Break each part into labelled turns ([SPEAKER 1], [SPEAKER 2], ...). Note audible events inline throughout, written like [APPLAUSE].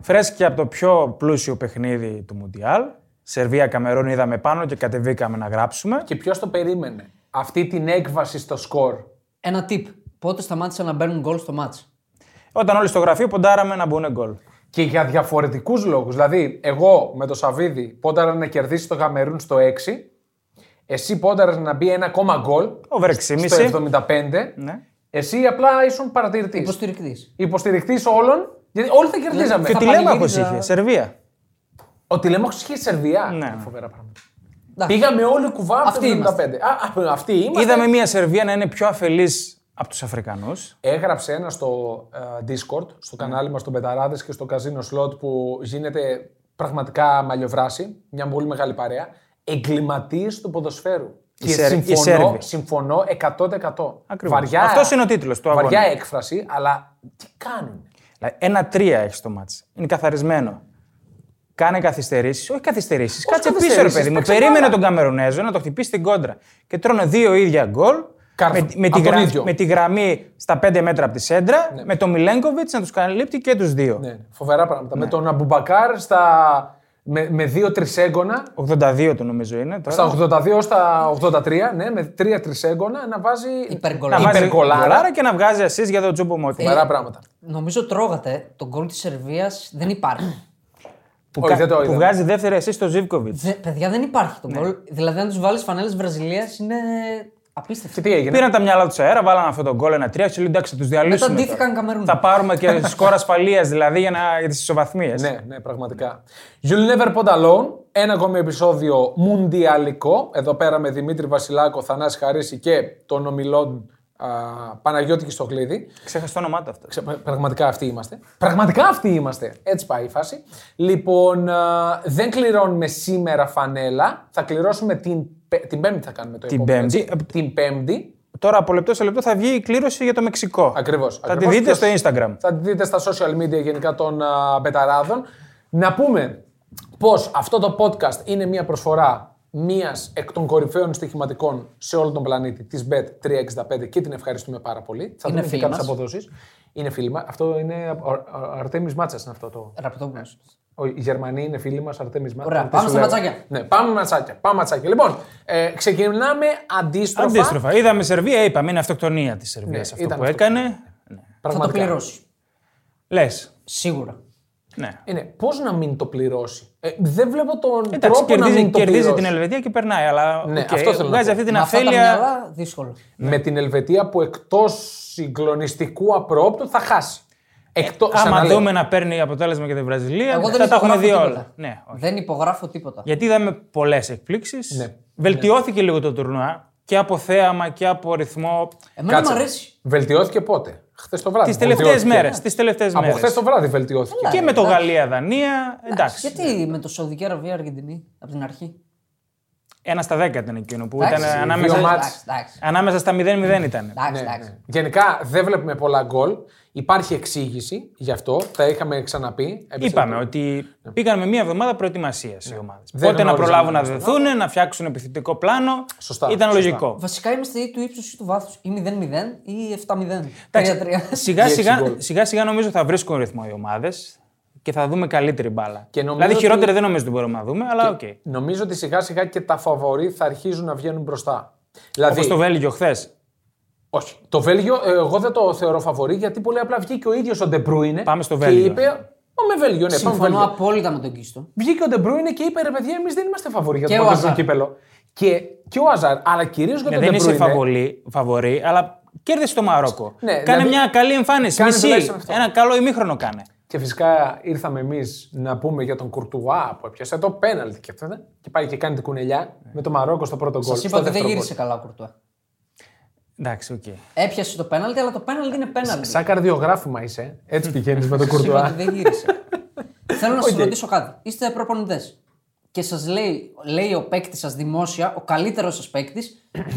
[SPEAKER 1] Φρέσκια από το πιο πλούσιο παιχνίδι του Μουντιάλ. Σερβία Καμερούν είδαμε πάνω και κατεβήκαμε να γράψουμε.
[SPEAKER 2] Και ποιος το περίμενε, αυτή την έκβαση στο σκορ.
[SPEAKER 3] Ένα tip. Πότε σταμάτησαν να μπαίνουν γκολ στο μάτς.
[SPEAKER 1] Όταν όλοι στο γραφείο ποντάραμε να μπουν γκολ.
[SPEAKER 2] Και για διαφορετικούς λόγους. Δηλαδή, εγώ με το Σαββίδι πόνταρα να κερδίσει το Καμερούν στο 6. Εσύ πόνταρες να μπει ένα ακόμα γκολ.
[SPEAKER 1] Over 6,5.
[SPEAKER 2] Στο 75.
[SPEAKER 1] Ναι.
[SPEAKER 2] Εσύ απλά ήσουν παρατηρητής.
[SPEAKER 3] Υποστηρικτής.
[SPEAKER 2] Υποστηρικτής όλων. Γιατί όλοι θα κερδίζαμε.
[SPEAKER 1] Ναι. Και
[SPEAKER 3] Θα
[SPEAKER 1] ο τηλέμαχο
[SPEAKER 3] πανηγύριζα-
[SPEAKER 1] είχε, Σερβία.
[SPEAKER 2] Ο τηλέμαχος είχε Σερβία.
[SPEAKER 1] Ναι.
[SPEAKER 2] Φοβερά πράγματα. Πήγαμε όλοι κουβά από το
[SPEAKER 3] Αυτοί
[SPEAKER 2] 75.
[SPEAKER 3] είμαστε.
[SPEAKER 2] Α, α, αυτοί είμαστε.
[SPEAKER 1] Είδαμε μια Σερβία να είναι πιο αφελής από τους Αφρικανούς.
[SPEAKER 2] Έγραψε ένα στο ε, Discord,
[SPEAKER 1] Ναι.
[SPEAKER 2] στο κανάλι μας, στον Πεταράδες και στο Καζίνο Slot που γίνεται πραγματικά μαλλιοβράση, μια πολύ μεγάλη παρέα, εγκληματίες του ποδοσφαίρου. Και
[SPEAKER 1] Σέρβοι- οι
[SPEAKER 2] συμφωνώ,
[SPEAKER 1] Σέρβοι.
[SPEAKER 2] συμφωνώ 100%.
[SPEAKER 1] Ακριβώς. Αυτός είναι ο τίτλος του
[SPEAKER 2] Βαριά
[SPEAKER 1] αγώνα.
[SPEAKER 2] έκφραση, αλλά τι κάνουν.
[SPEAKER 1] Ένα-τρία Δηλαδή, έχει το μάτς. Είναι καθαρισμένο. Κάνε καθυστερήσεις. Όχι καθυστερήσεις. Κάτσε πίσω, ρε
[SPEAKER 2] καθυστερήσεις,
[SPEAKER 1] παιδί μου.
[SPEAKER 2] παίξε
[SPEAKER 1] Περίμενε
[SPEAKER 2] μπάλα.
[SPEAKER 1] τον Καμερουνέζο να το χτυπήσει την κόντρα. Και τρώνε δύο ίδια γκολ.
[SPEAKER 2] Κάρφο.
[SPEAKER 1] Με, με, τη
[SPEAKER 2] Από τον
[SPEAKER 1] γρα-
[SPEAKER 2] ίδιο.
[SPEAKER 1] με τη γραμμή στα 5 μέτρα από τη σέντρα. Με τον Μιλέγκοβιτ να τους καλύπτει και τους δύο.
[SPEAKER 2] Ναι, φοβερά πράγματα. Με τον Αμπουμπακάρ στα... με, με δύο τρισέγγωνα,
[SPEAKER 1] 82 το νομίζω είναι. Τώρα.
[SPEAKER 2] στα 82 στα 83, ναι, με τρία τρισέγγωνα, να βάζει
[SPEAKER 3] Υπεργκολάρα.
[SPEAKER 1] Να βάζει
[SPEAKER 2] υπεργκολάρα.
[SPEAKER 1] γκολάρα και να βγάζει ασεί για τον Τζούμπο Μότι.
[SPEAKER 2] Φοβερά πράγματα.
[SPEAKER 3] Νομίζω τρώγατε. Το γκολ της Σερβίας δεν υπάρχει.
[SPEAKER 1] που,
[SPEAKER 2] όχι,
[SPEAKER 1] κα-
[SPEAKER 2] δεν το
[SPEAKER 1] που
[SPEAKER 2] είδαμε.
[SPEAKER 1] βγάζει δεύτερη ασή στο Ζίβκοβιτ.
[SPEAKER 3] [CLEARS THROAT] Δε, παιδιά δεν υπάρχει
[SPEAKER 1] Ναι.
[SPEAKER 3] το γκολ. Δηλαδή, αν τους βάλεις φανέλες Βραζιλίας είναι απίστευτο.
[SPEAKER 2] Και τι έγινε.
[SPEAKER 1] Πήραν τα μυαλά τους αέρα, βάλαν αυτό το γκολ ένα τρία. Του λέει εντάξει, τους διαλύσουμε.
[SPEAKER 3] Μετά ντύθηκαν
[SPEAKER 1] τώρα.
[SPEAKER 3] Καμερούν.
[SPEAKER 1] Θα πάρουμε και σκορ ασφαλείας δηλαδή για, να, για τις ισοβαθμίες.
[SPEAKER 2] Ναι, ναι, πραγματικά. You'll never put alone. Ένα ακόμη επεισόδιο μουντιαλικό. Εδώ πέρα με Δημήτρη Βασιλάκο, Θανάση Χαρίση και τον ομιλόν α, Παναγιώτη Κιστοκλήδη.
[SPEAKER 1] Ξέχασα το όνομά του αυτό.
[SPEAKER 2] Ξε- Πραγματικά αυτοί είμαστε. Πραγματικά αυτοί είμαστε. Έτσι πάει η φάση. Λοιπόν, α, δεν κληρώνουμε σήμερα φανέλα. Θα κληρώσουμε την, πε- την Πέμπτη θα κάνουμε το
[SPEAKER 1] Την
[SPEAKER 2] επόμενο,
[SPEAKER 1] Πέμπτη.
[SPEAKER 2] έτσι. Την Πέμπτη.
[SPEAKER 1] Τώρα από λεπτό σε λεπτό θα βγει η κλήρωση για το Μεξικό.
[SPEAKER 2] Ακριβώς.
[SPEAKER 1] Θα τη
[SPEAKER 2] Ακριβώς.
[SPEAKER 1] δείτε στο
[SPEAKER 2] Ποιος-
[SPEAKER 1] Instagram.
[SPEAKER 2] Θα τη δείτε στα social media γενικά των α, μπεταράδων. Να πούμε πως αυτό το podcast είναι μια προσφορά μίας εκ των κορυφαίων στοιχηματικών σε όλο τον πλανήτη, της Bet365 και την ευχαριστούμε πάρα πολύ. Θα
[SPEAKER 3] Είναι
[SPEAKER 2] δούμε και
[SPEAKER 3] φίλη
[SPEAKER 2] κάποιες
[SPEAKER 3] μας.
[SPEAKER 2] αποδόσεις. Είναι φίλη μας. Αυτό είναι ο- ο- ο Αρτέμις Μάτσας είναι αυτό το.
[SPEAKER 3] Ραπτόπουλος.
[SPEAKER 2] Ο, οι Γερμανοί είναι φίλοι μας, Αρτέμις Μάτσας.
[SPEAKER 3] Ωραία,
[SPEAKER 2] Τι
[SPEAKER 3] πάμε
[SPEAKER 2] σου
[SPEAKER 3] στα
[SPEAKER 2] λέω.
[SPEAKER 3] ματσάκια.
[SPEAKER 2] Ναι, πάμε ματσάκια. Πάμε ματσάκια. Λοιπόν, ε, ξεκινάμε αντίστροφα.
[SPEAKER 1] Αντίστροφα. Είδαμε Σερβία, είπαμε είναι αυτοκτονία της Σερβίας
[SPEAKER 2] Ναι,
[SPEAKER 1] αυτό που
[SPEAKER 2] ήταν
[SPEAKER 1] έκανε. Ναι.
[SPEAKER 3] Θα το
[SPEAKER 2] Πραγματικά.
[SPEAKER 3] πληρώσεις.
[SPEAKER 1] Λες.
[SPEAKER 3] Σίγουρα.
[SPEAKER 1] Ναι.
[SPEAKER 2] Είναι πώς Ε, να μην το πληρώσει. Ε, δεν βλέπω τον
[SPEAKER 1] Εντάξει,
[SPEAKER 2] τρόπο να
[SPEAKER 1] κερδίζει,
[SPEAKER 2] μην το
[SPEAKER 1] κερδίζει
[SPEAKER 2] πληρώσει.
[SPEAKER 1] την Ελβετία και περνάει. Αλλά
[SPEAKER 2] Ναι,
[SPEAKER 1] οκ,
[SPEAKER 2] αυτό θέλω να
[SPEAKER 1] βγάζει
[SPEAKER 2] πω.
[SPEAKER 1] αυτή την
[SPEAKER 3] Με αυτά τα
[SPEAKER 1] αφέλεια.
[SPEAKER 3] μυαλά, δύσκολο.
[SPEAKER 1] Ναι.
[SPEAKER 2] Με την Ελβετία που εκτός συγκλονιστικού απρόπτου θα χάσει. Εκτό.
[SPEAKER 1] Ε, Άμα δούμε να παίρνει αποτέλεσμα για τη Βραζιλία,
[SPEAKER 3] Εγώ
[SPEAKER 1] θα
[SPEAKER 3] δεν
[SPEAKER 1] τα έχουμε
[SPEAKER 3] υπογράφω
[SPEAKER 1] δει όλα.
[SPEAKER 3] τίποτα.
[SPEAKER 1] Ναι, όχι.
[SPEAKER 3] Δεν υπογράφω τίποτα.
[SPEAKER 1] Γιατί είδαμε πολλές εκπλήξεις.
[SPEAKER 2] Ναι.
[SPEAKER 1] Βελτιώθηκε λίγο το τουρνουά και από θέαμα και από ρυθμό.
[SPEAKER 3] Εμένα μου αρέσει.
[SPEAKER 2] Βελτιώθηκε πότε. Χθες το βράδυ.
[SPEAKER 1] Τις τελευταίες
[SPEAKER 2] βελτιώθηκε.
[SPEAKER 1] μέρες. Τις τελευταίες
[SPEAKER 2] Από χθε
[SPEAKER 1] μέρες.
[SPEAKER 2] το βράδυ βελτιώθηκε.
[SPEAKER 3] Έλα.
[SPEAKER 1] Και με το
[SPEAKER 3] Εντάξει.
[SPEAKER 1] Γαλλία-Δανία. Εντάξει. ναι.
[SPEAKER 3] Γιατί με το Σαουδική Αραβία Αργεντινή από την αρχή.
[SPEAKER 1] Ένα στα δέκα ήταν εκείνο που ήταν
[SPEAKER 3] Εντάξει, δύο
[SPEAKER 1] ανάμεσα,
[SPEAKER 2] μάτς.
[SPEAKER 3] Εντάξει, εντάξει.
[SPEAKER 1] ανάμεσα στα 0-0 ήταν.
[SPEAKER 3] Εντάξει,
[SPEAKER 2] Ναι,
[SPEAKER 3] εντάξει.
[SPEAKER 2] ναι. Γενικά δεν βλέπουμε πολλά γκολ. Υπάρχει εξήγηση γι' αυτό. Τα είχαμε ξαναπεί.
[SPEAKER 1] Είπαμε ότι πήγαν με μία εβδομάδα προετοιμασίας οι ομάδες.
[SPEAKER 2] Ναι. Δεν
[SPEAKER 1] Πότε να
[SPEAKER 2] γνώριζαν
[SPEAKER 1] προλάβουν να
[SPEAKER 2] ένα στον
[SPEAKER 1] δεθούν, να φτιάξουν επιθετικό πλάνο.
[SPEAKER 2] Σωστά,
[SPEAKER 1] Ήταν
[SPEAKER 2] σωστά.
[SPEAKER 1] λογικό.
[SPEAKER 3] Βασικά είμαστε ή του ύψους ή του βάθους. Ή 0-0 ή 7-0. 3-3.
[SPEAKER 1] Εντάξει, σιγά,
[SPEAKER 2] Διέξι
[SPEAKER 1] σιγά,
[SPEAKER 2] γκολ.
[SPEAKER 1] σιγά σιγά νομίζω θα βρίσκουν ρυθμό οι ομάδες και θα δούμε καλύτερη μπάλα.
[SPEAKER 2] Και νομίζω
[SPEAKER 1] δηλαδή
[SPEAKER 2] ότι- Δηλαδή-
[SPEAKER 1] χειρότερη δεν νομίζω ότι μπορούμε να δούμε, αλλά οκ. Okay.
[SPEAKER 2] Νομίζω ότι σιγά σιγά και τα φαβορή θα αρχίζουν να βγαίνουν μπροστά. Δηλαδή,
[SPEAKER 1] Όπως το Βέλγιο χθες.
[SPEAKER 2] Όχι. Το Βέλγιο, ε, εγώ δεν το θεωρώ φαβορή γιατί πολύ απλά βγήκε ο ίδιος ο Ντεμπρούινε.
[SPEAKER 1] Πάμε στο
[SPEAKER 2] Και
[SPEAKER 1] Βέλγιο.
[SPEAKER 2] είπε. Πάμε Βέλγιο, ναι, πάμε
[SPEAKER 3] Συμφωνώ
[SPEAKER 2] Βέλγιο.
[SPEAKER 3] απόλυτα με τον Κίστο.
[SPEAKER 2] Βγήκε ο Ντεμπρούινε και είπε ρε παιδιά, εμείς δεν είμαστε φαβορή για το
[SPEAKER 3] Και ο
[SPEAKER 2] παγκόσμιο
[SPEAKER 3] Αζάρ.
[SPEAKER 2] κύπελο. Και, και ο Αζάρ, αλλά κυρίως για τον
[SPEAKER 1] Ναι, δεν είσαι
[SPEAKER 2] Ντεμπρούινε.
[SPEAKER 1] φαβολή, φαβορή, αλλά κέρδισε το Μαρόκο.
[SPEAKER 2] ε. Ναι,
[SPEAKER 1] κάνε
[SPEAKER 2] δηλαδή-
[SPEAKER 1] μια καλή εμφάνιση.
[SPEAKER 2] Κάνε
[SPEAKER 1] Μισή.
[SPEAKER 2] τουλάχιστον αυτό.
[SPEAKER 1] Ένα καλό ημίχρονο κάνε.
[SPEAKER 2] Και φυσικά ήρθαμε εμείς να πούμε για τον Κουρτουά που έπιασε το πέναλτι και αυτό. ναι. Και πάει και κάνει την κουνελιά με το Μαρόκο στο πρώτο γκολ.
[SPEAKER 3] Σα
[SPEAKER 2] στο
[SPEAKER 3] είπα ότι δεν
[SPEAKER 2] δεύτερο
[SPEAKER 3] γύρισε καλά ο Κουρτουά.
[SPEAKER 1] Εντάξει, οκ.
[SPEAKER 3] Έπιασε το πέναλτι, αλλά το πέναλτι είναι πέναλτι.
[SPEAKER 2] γκολ. Σαν καρδιογράφημα είσαι. Έτσι πηγαίνεις με τον
[SPEAKER 3] Σας είπα ότι
[SPEAKER 2] Κουρτουά.
[SPEAKER 3] δεν γύρισε. Θέλω να σας ρωτήσω κάτι. Είστε προπονητές. Και σας λέει, λέει ο παίκτη σας δημόσια, ο καλύτερος σας παίκτης,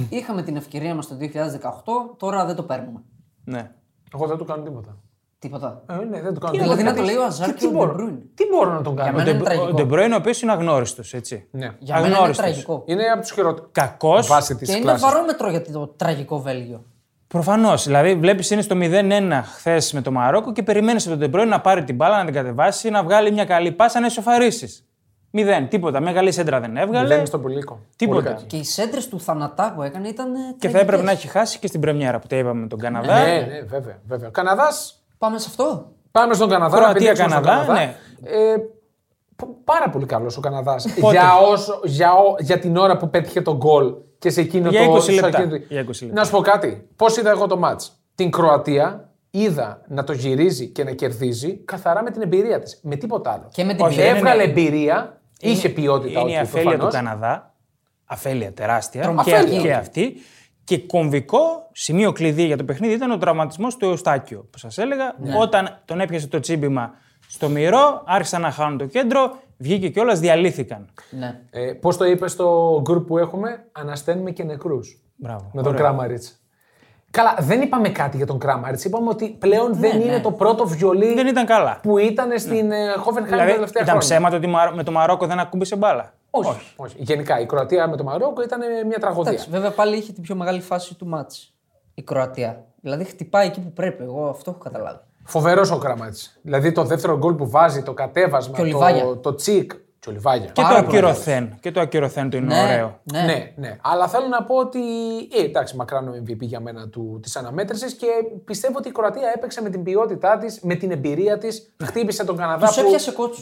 [SPEAKER 3] είχαμε την ευκαιρία μας το 2018, τώρα δεν το παίρνουμε.
[SPEAKER 1] Ναι.
[SPEAKER 2] Εγώ δεν του κάνω τίποτα.
[SPEAKER 3] Τίποτα.
[SPEAKER 2] Ε, ναι, δεν του κάνω
[SPEAKER 3] Δηλαδή
[SPEAKER 2] τίποτα.
[SPEAKER 3] να το λέει ο Αζάρ
[SPEAKER 2] Τι-
[SPEAKER 3] και
[SPEAKER 2] τι
[SPEAKER 3] ο
[SPEAKER 2] μπορώ-
[SPEAKER 3] Ντεμπρούινε.
[SPEAKER 2] Τι μπορώ να τον
[SPEAKER 3] Για
[SPEAKER 2] κάνω.
[SPEAKER 3] μένα είναι
[SPEAKER 1] Ο
[SPEAKER 3] τραγικό.
[SPEAKER 1] Ντεμπρόιν, ο οποίος είναι αγνώριστος, έτσι.
[SPEAKER 2] Ναι.
[SPEAKER 3] Για μένα είναι
[SPEAKER 1] αγνώριστος.
[SPEAKER 3] τραγικό.
[SPEAKER 2] Είναι από τους χειρότερου.
[SPEAKER 1] Κακό.
[SPEAKER 2] βάση της
[SPEAKER 3] Και είναι
[SPEAKER 2] κλάσης.
[SPEAKER 3] βαρόμετρο για το τραγικό Βέλγιο.
[SPEAKER 1] Προφανώς. Δηλαδή, βλέπεις είναι στο 0-1 χθες με το Μαρόκο και περιμένεις από τον Τεμπρόι να πάρει την μπάλα, να την κατεβάσει, να βγάλει μια καλή πάσα, να ισοφαρίσεις. Μηδέν, τίποτα. Μια καλή σέντρα δεν έβγαλε.
[SPEAKER 2] Μηδέν στον Πουλίκο.
[SPEAKER 1] Τίποτα.
[SPEAKER 2] Πολύ κακή.
[SPEAKER 3] Και οι σέντρες του θανατά που έκανε ήταν. ε,
[SPEAKER 1] Και θα
[SPEAKER 3] τραγικές.
[SPEAKER 1] έπρεπε να έχει χάσει και στην Πρεμιέρα που τα είπαμε με τον Καναδά.
[SPEAKER 2] Ναι, ναι, βέβαια. βέβαια. Καναδάς.
[SPEAKER 3] Πάμε σε αυτό.
[SPEAKER 2] Πάμε στον Καναδά.
[SPEAKER 1] Κροατία,
[SPEAKER 2] να πηδήξουμε στον
[SPEAKER 1] Καναδά, ναι.
[SPEAKER 2] Ε, π- πάρα πολύ καλός ο Καναδάς. για, όσο- για, ο- για την ώρα που πέτυχε τον γκολ και σε εκείνο
[SPEAKER 1] Για
[SPEAKER 2] το.
[SPEAKER 1] 20
[SPEAKER 2] σε
[SPEAKER 1] λεπτά.
[SPEAKER 2] εκείνο το-
[SPEAKER 1] Για 20 λεπτά.
[SPEAKER 2] Να σου πω κάτι. Πώς είδα εγώ το μάτ. Την Κροατία είδα να το γυρίζει και να κερδίζει καθαρά με την εμπειρία της. Με τίποτα άλλο.
[SPEAKER 3] Και με την
[SPEAKER 1] Όχι,
[SPEAKER 3] εμπειρία.
[SPEAKER 2] Έβγαλε εμπειρία, είχε ποιότητα.
[SPEAKER 1] Είναι η
[SPEAKER 2] ο Κύπρος,
[SPEAKER 1] αφέλεια του
[SPEAKER 2] προφανώς.
[SPEAKER 1] Καναδά. Αφέλεια τεράστια. Και,
[SPEAKER 3] Τρομακτική.
[SPEAKER 1] και αυτή. Και κομβικό σημείο κλειδί για το παιχνίδι ήταν ο τραυματισμός του Εωστάκιο. Που σας έλεγα, όταν τον έπιασε το τσίμπημα στο μυρό, άρχισαν να χάνουν το κέντρο, βγήκε κιόλας, διαλύθηκαν.
[SPEAKER 3] Ναι.
[SPEAKER 2] Ε, Πώς το είπες στο group που έχουμε, Ανασταίνουμε και νεκρούς.
[SPEAKER 1] Μπράβο.
[SPEAKER 2] Με τον Κράμαριτ. Καλά, δεν είπαμε κάτι για τον Κράμαριτ. Είπαμε ότι πλέον δεν είναι το πρώτο βιολί
[SPEAKER 1] Ναι, Δεν ήταν καλά.
[SPEAKER 2] που ήταν στην ε, Hoffenheim τα
[SPEAKER 1] Δηλαδή,
[SPEAKER 2] τελευταία
[SPEAKER 1] ήταν
[SPEAKER 2] χρόνια.
[SPEAKER 1] ψέματα ότι Μαρο- με το Μαρόκο δεν ακούμπησε μπάλα.
[SPEAKER 2] Όχι. όχι. Γενικά η Κροατία με το Μαρόκο ήταν ε, μια τραγωδία.
[SPEAKER 3] Εντάξει, βέβαια πάλι είχε την πιο μεγάλη φάση του μάτ. Η Κροατία. Δηλαδή χτυπάει εκεί που πρέπει. Εγώ αυτό έχω καταλάβει.
[SPEAKER 2] Φοβερός ο Κράμαριτ. Δηλαδή το δεύτερο γκολ που βάζει, το κατέβασμα,
[SPEAKER 3] Και ο
[SPEAKER 2] το,
[SPEAKER 3] Λιβάγια.
[SPEAKER 2] το τσικ. Και ο Λιβάγια.
[SPEAKER 1] Και το
[SPEAKER 3] Πάρα πολύ
[SPEAKER 1] ακυρωθέν. Και το ακυρωθέν του είναι ωραίο.
[SPEAKER 3] Ναι. ναι.
[SPEAKER 2] Ναι, ναι. Αλλά θέλω να πω ότι. Ε, εντάξει, μακράν ο MVP για μένα της αναμέτρησης και πιστεύω ότι η Κροατία έπαιξε με την ποιότητά της, με την εμπειρία της. Χτύπησε τον Καναδά.
[SPEAKER 3] Τους έπιασε κότσους.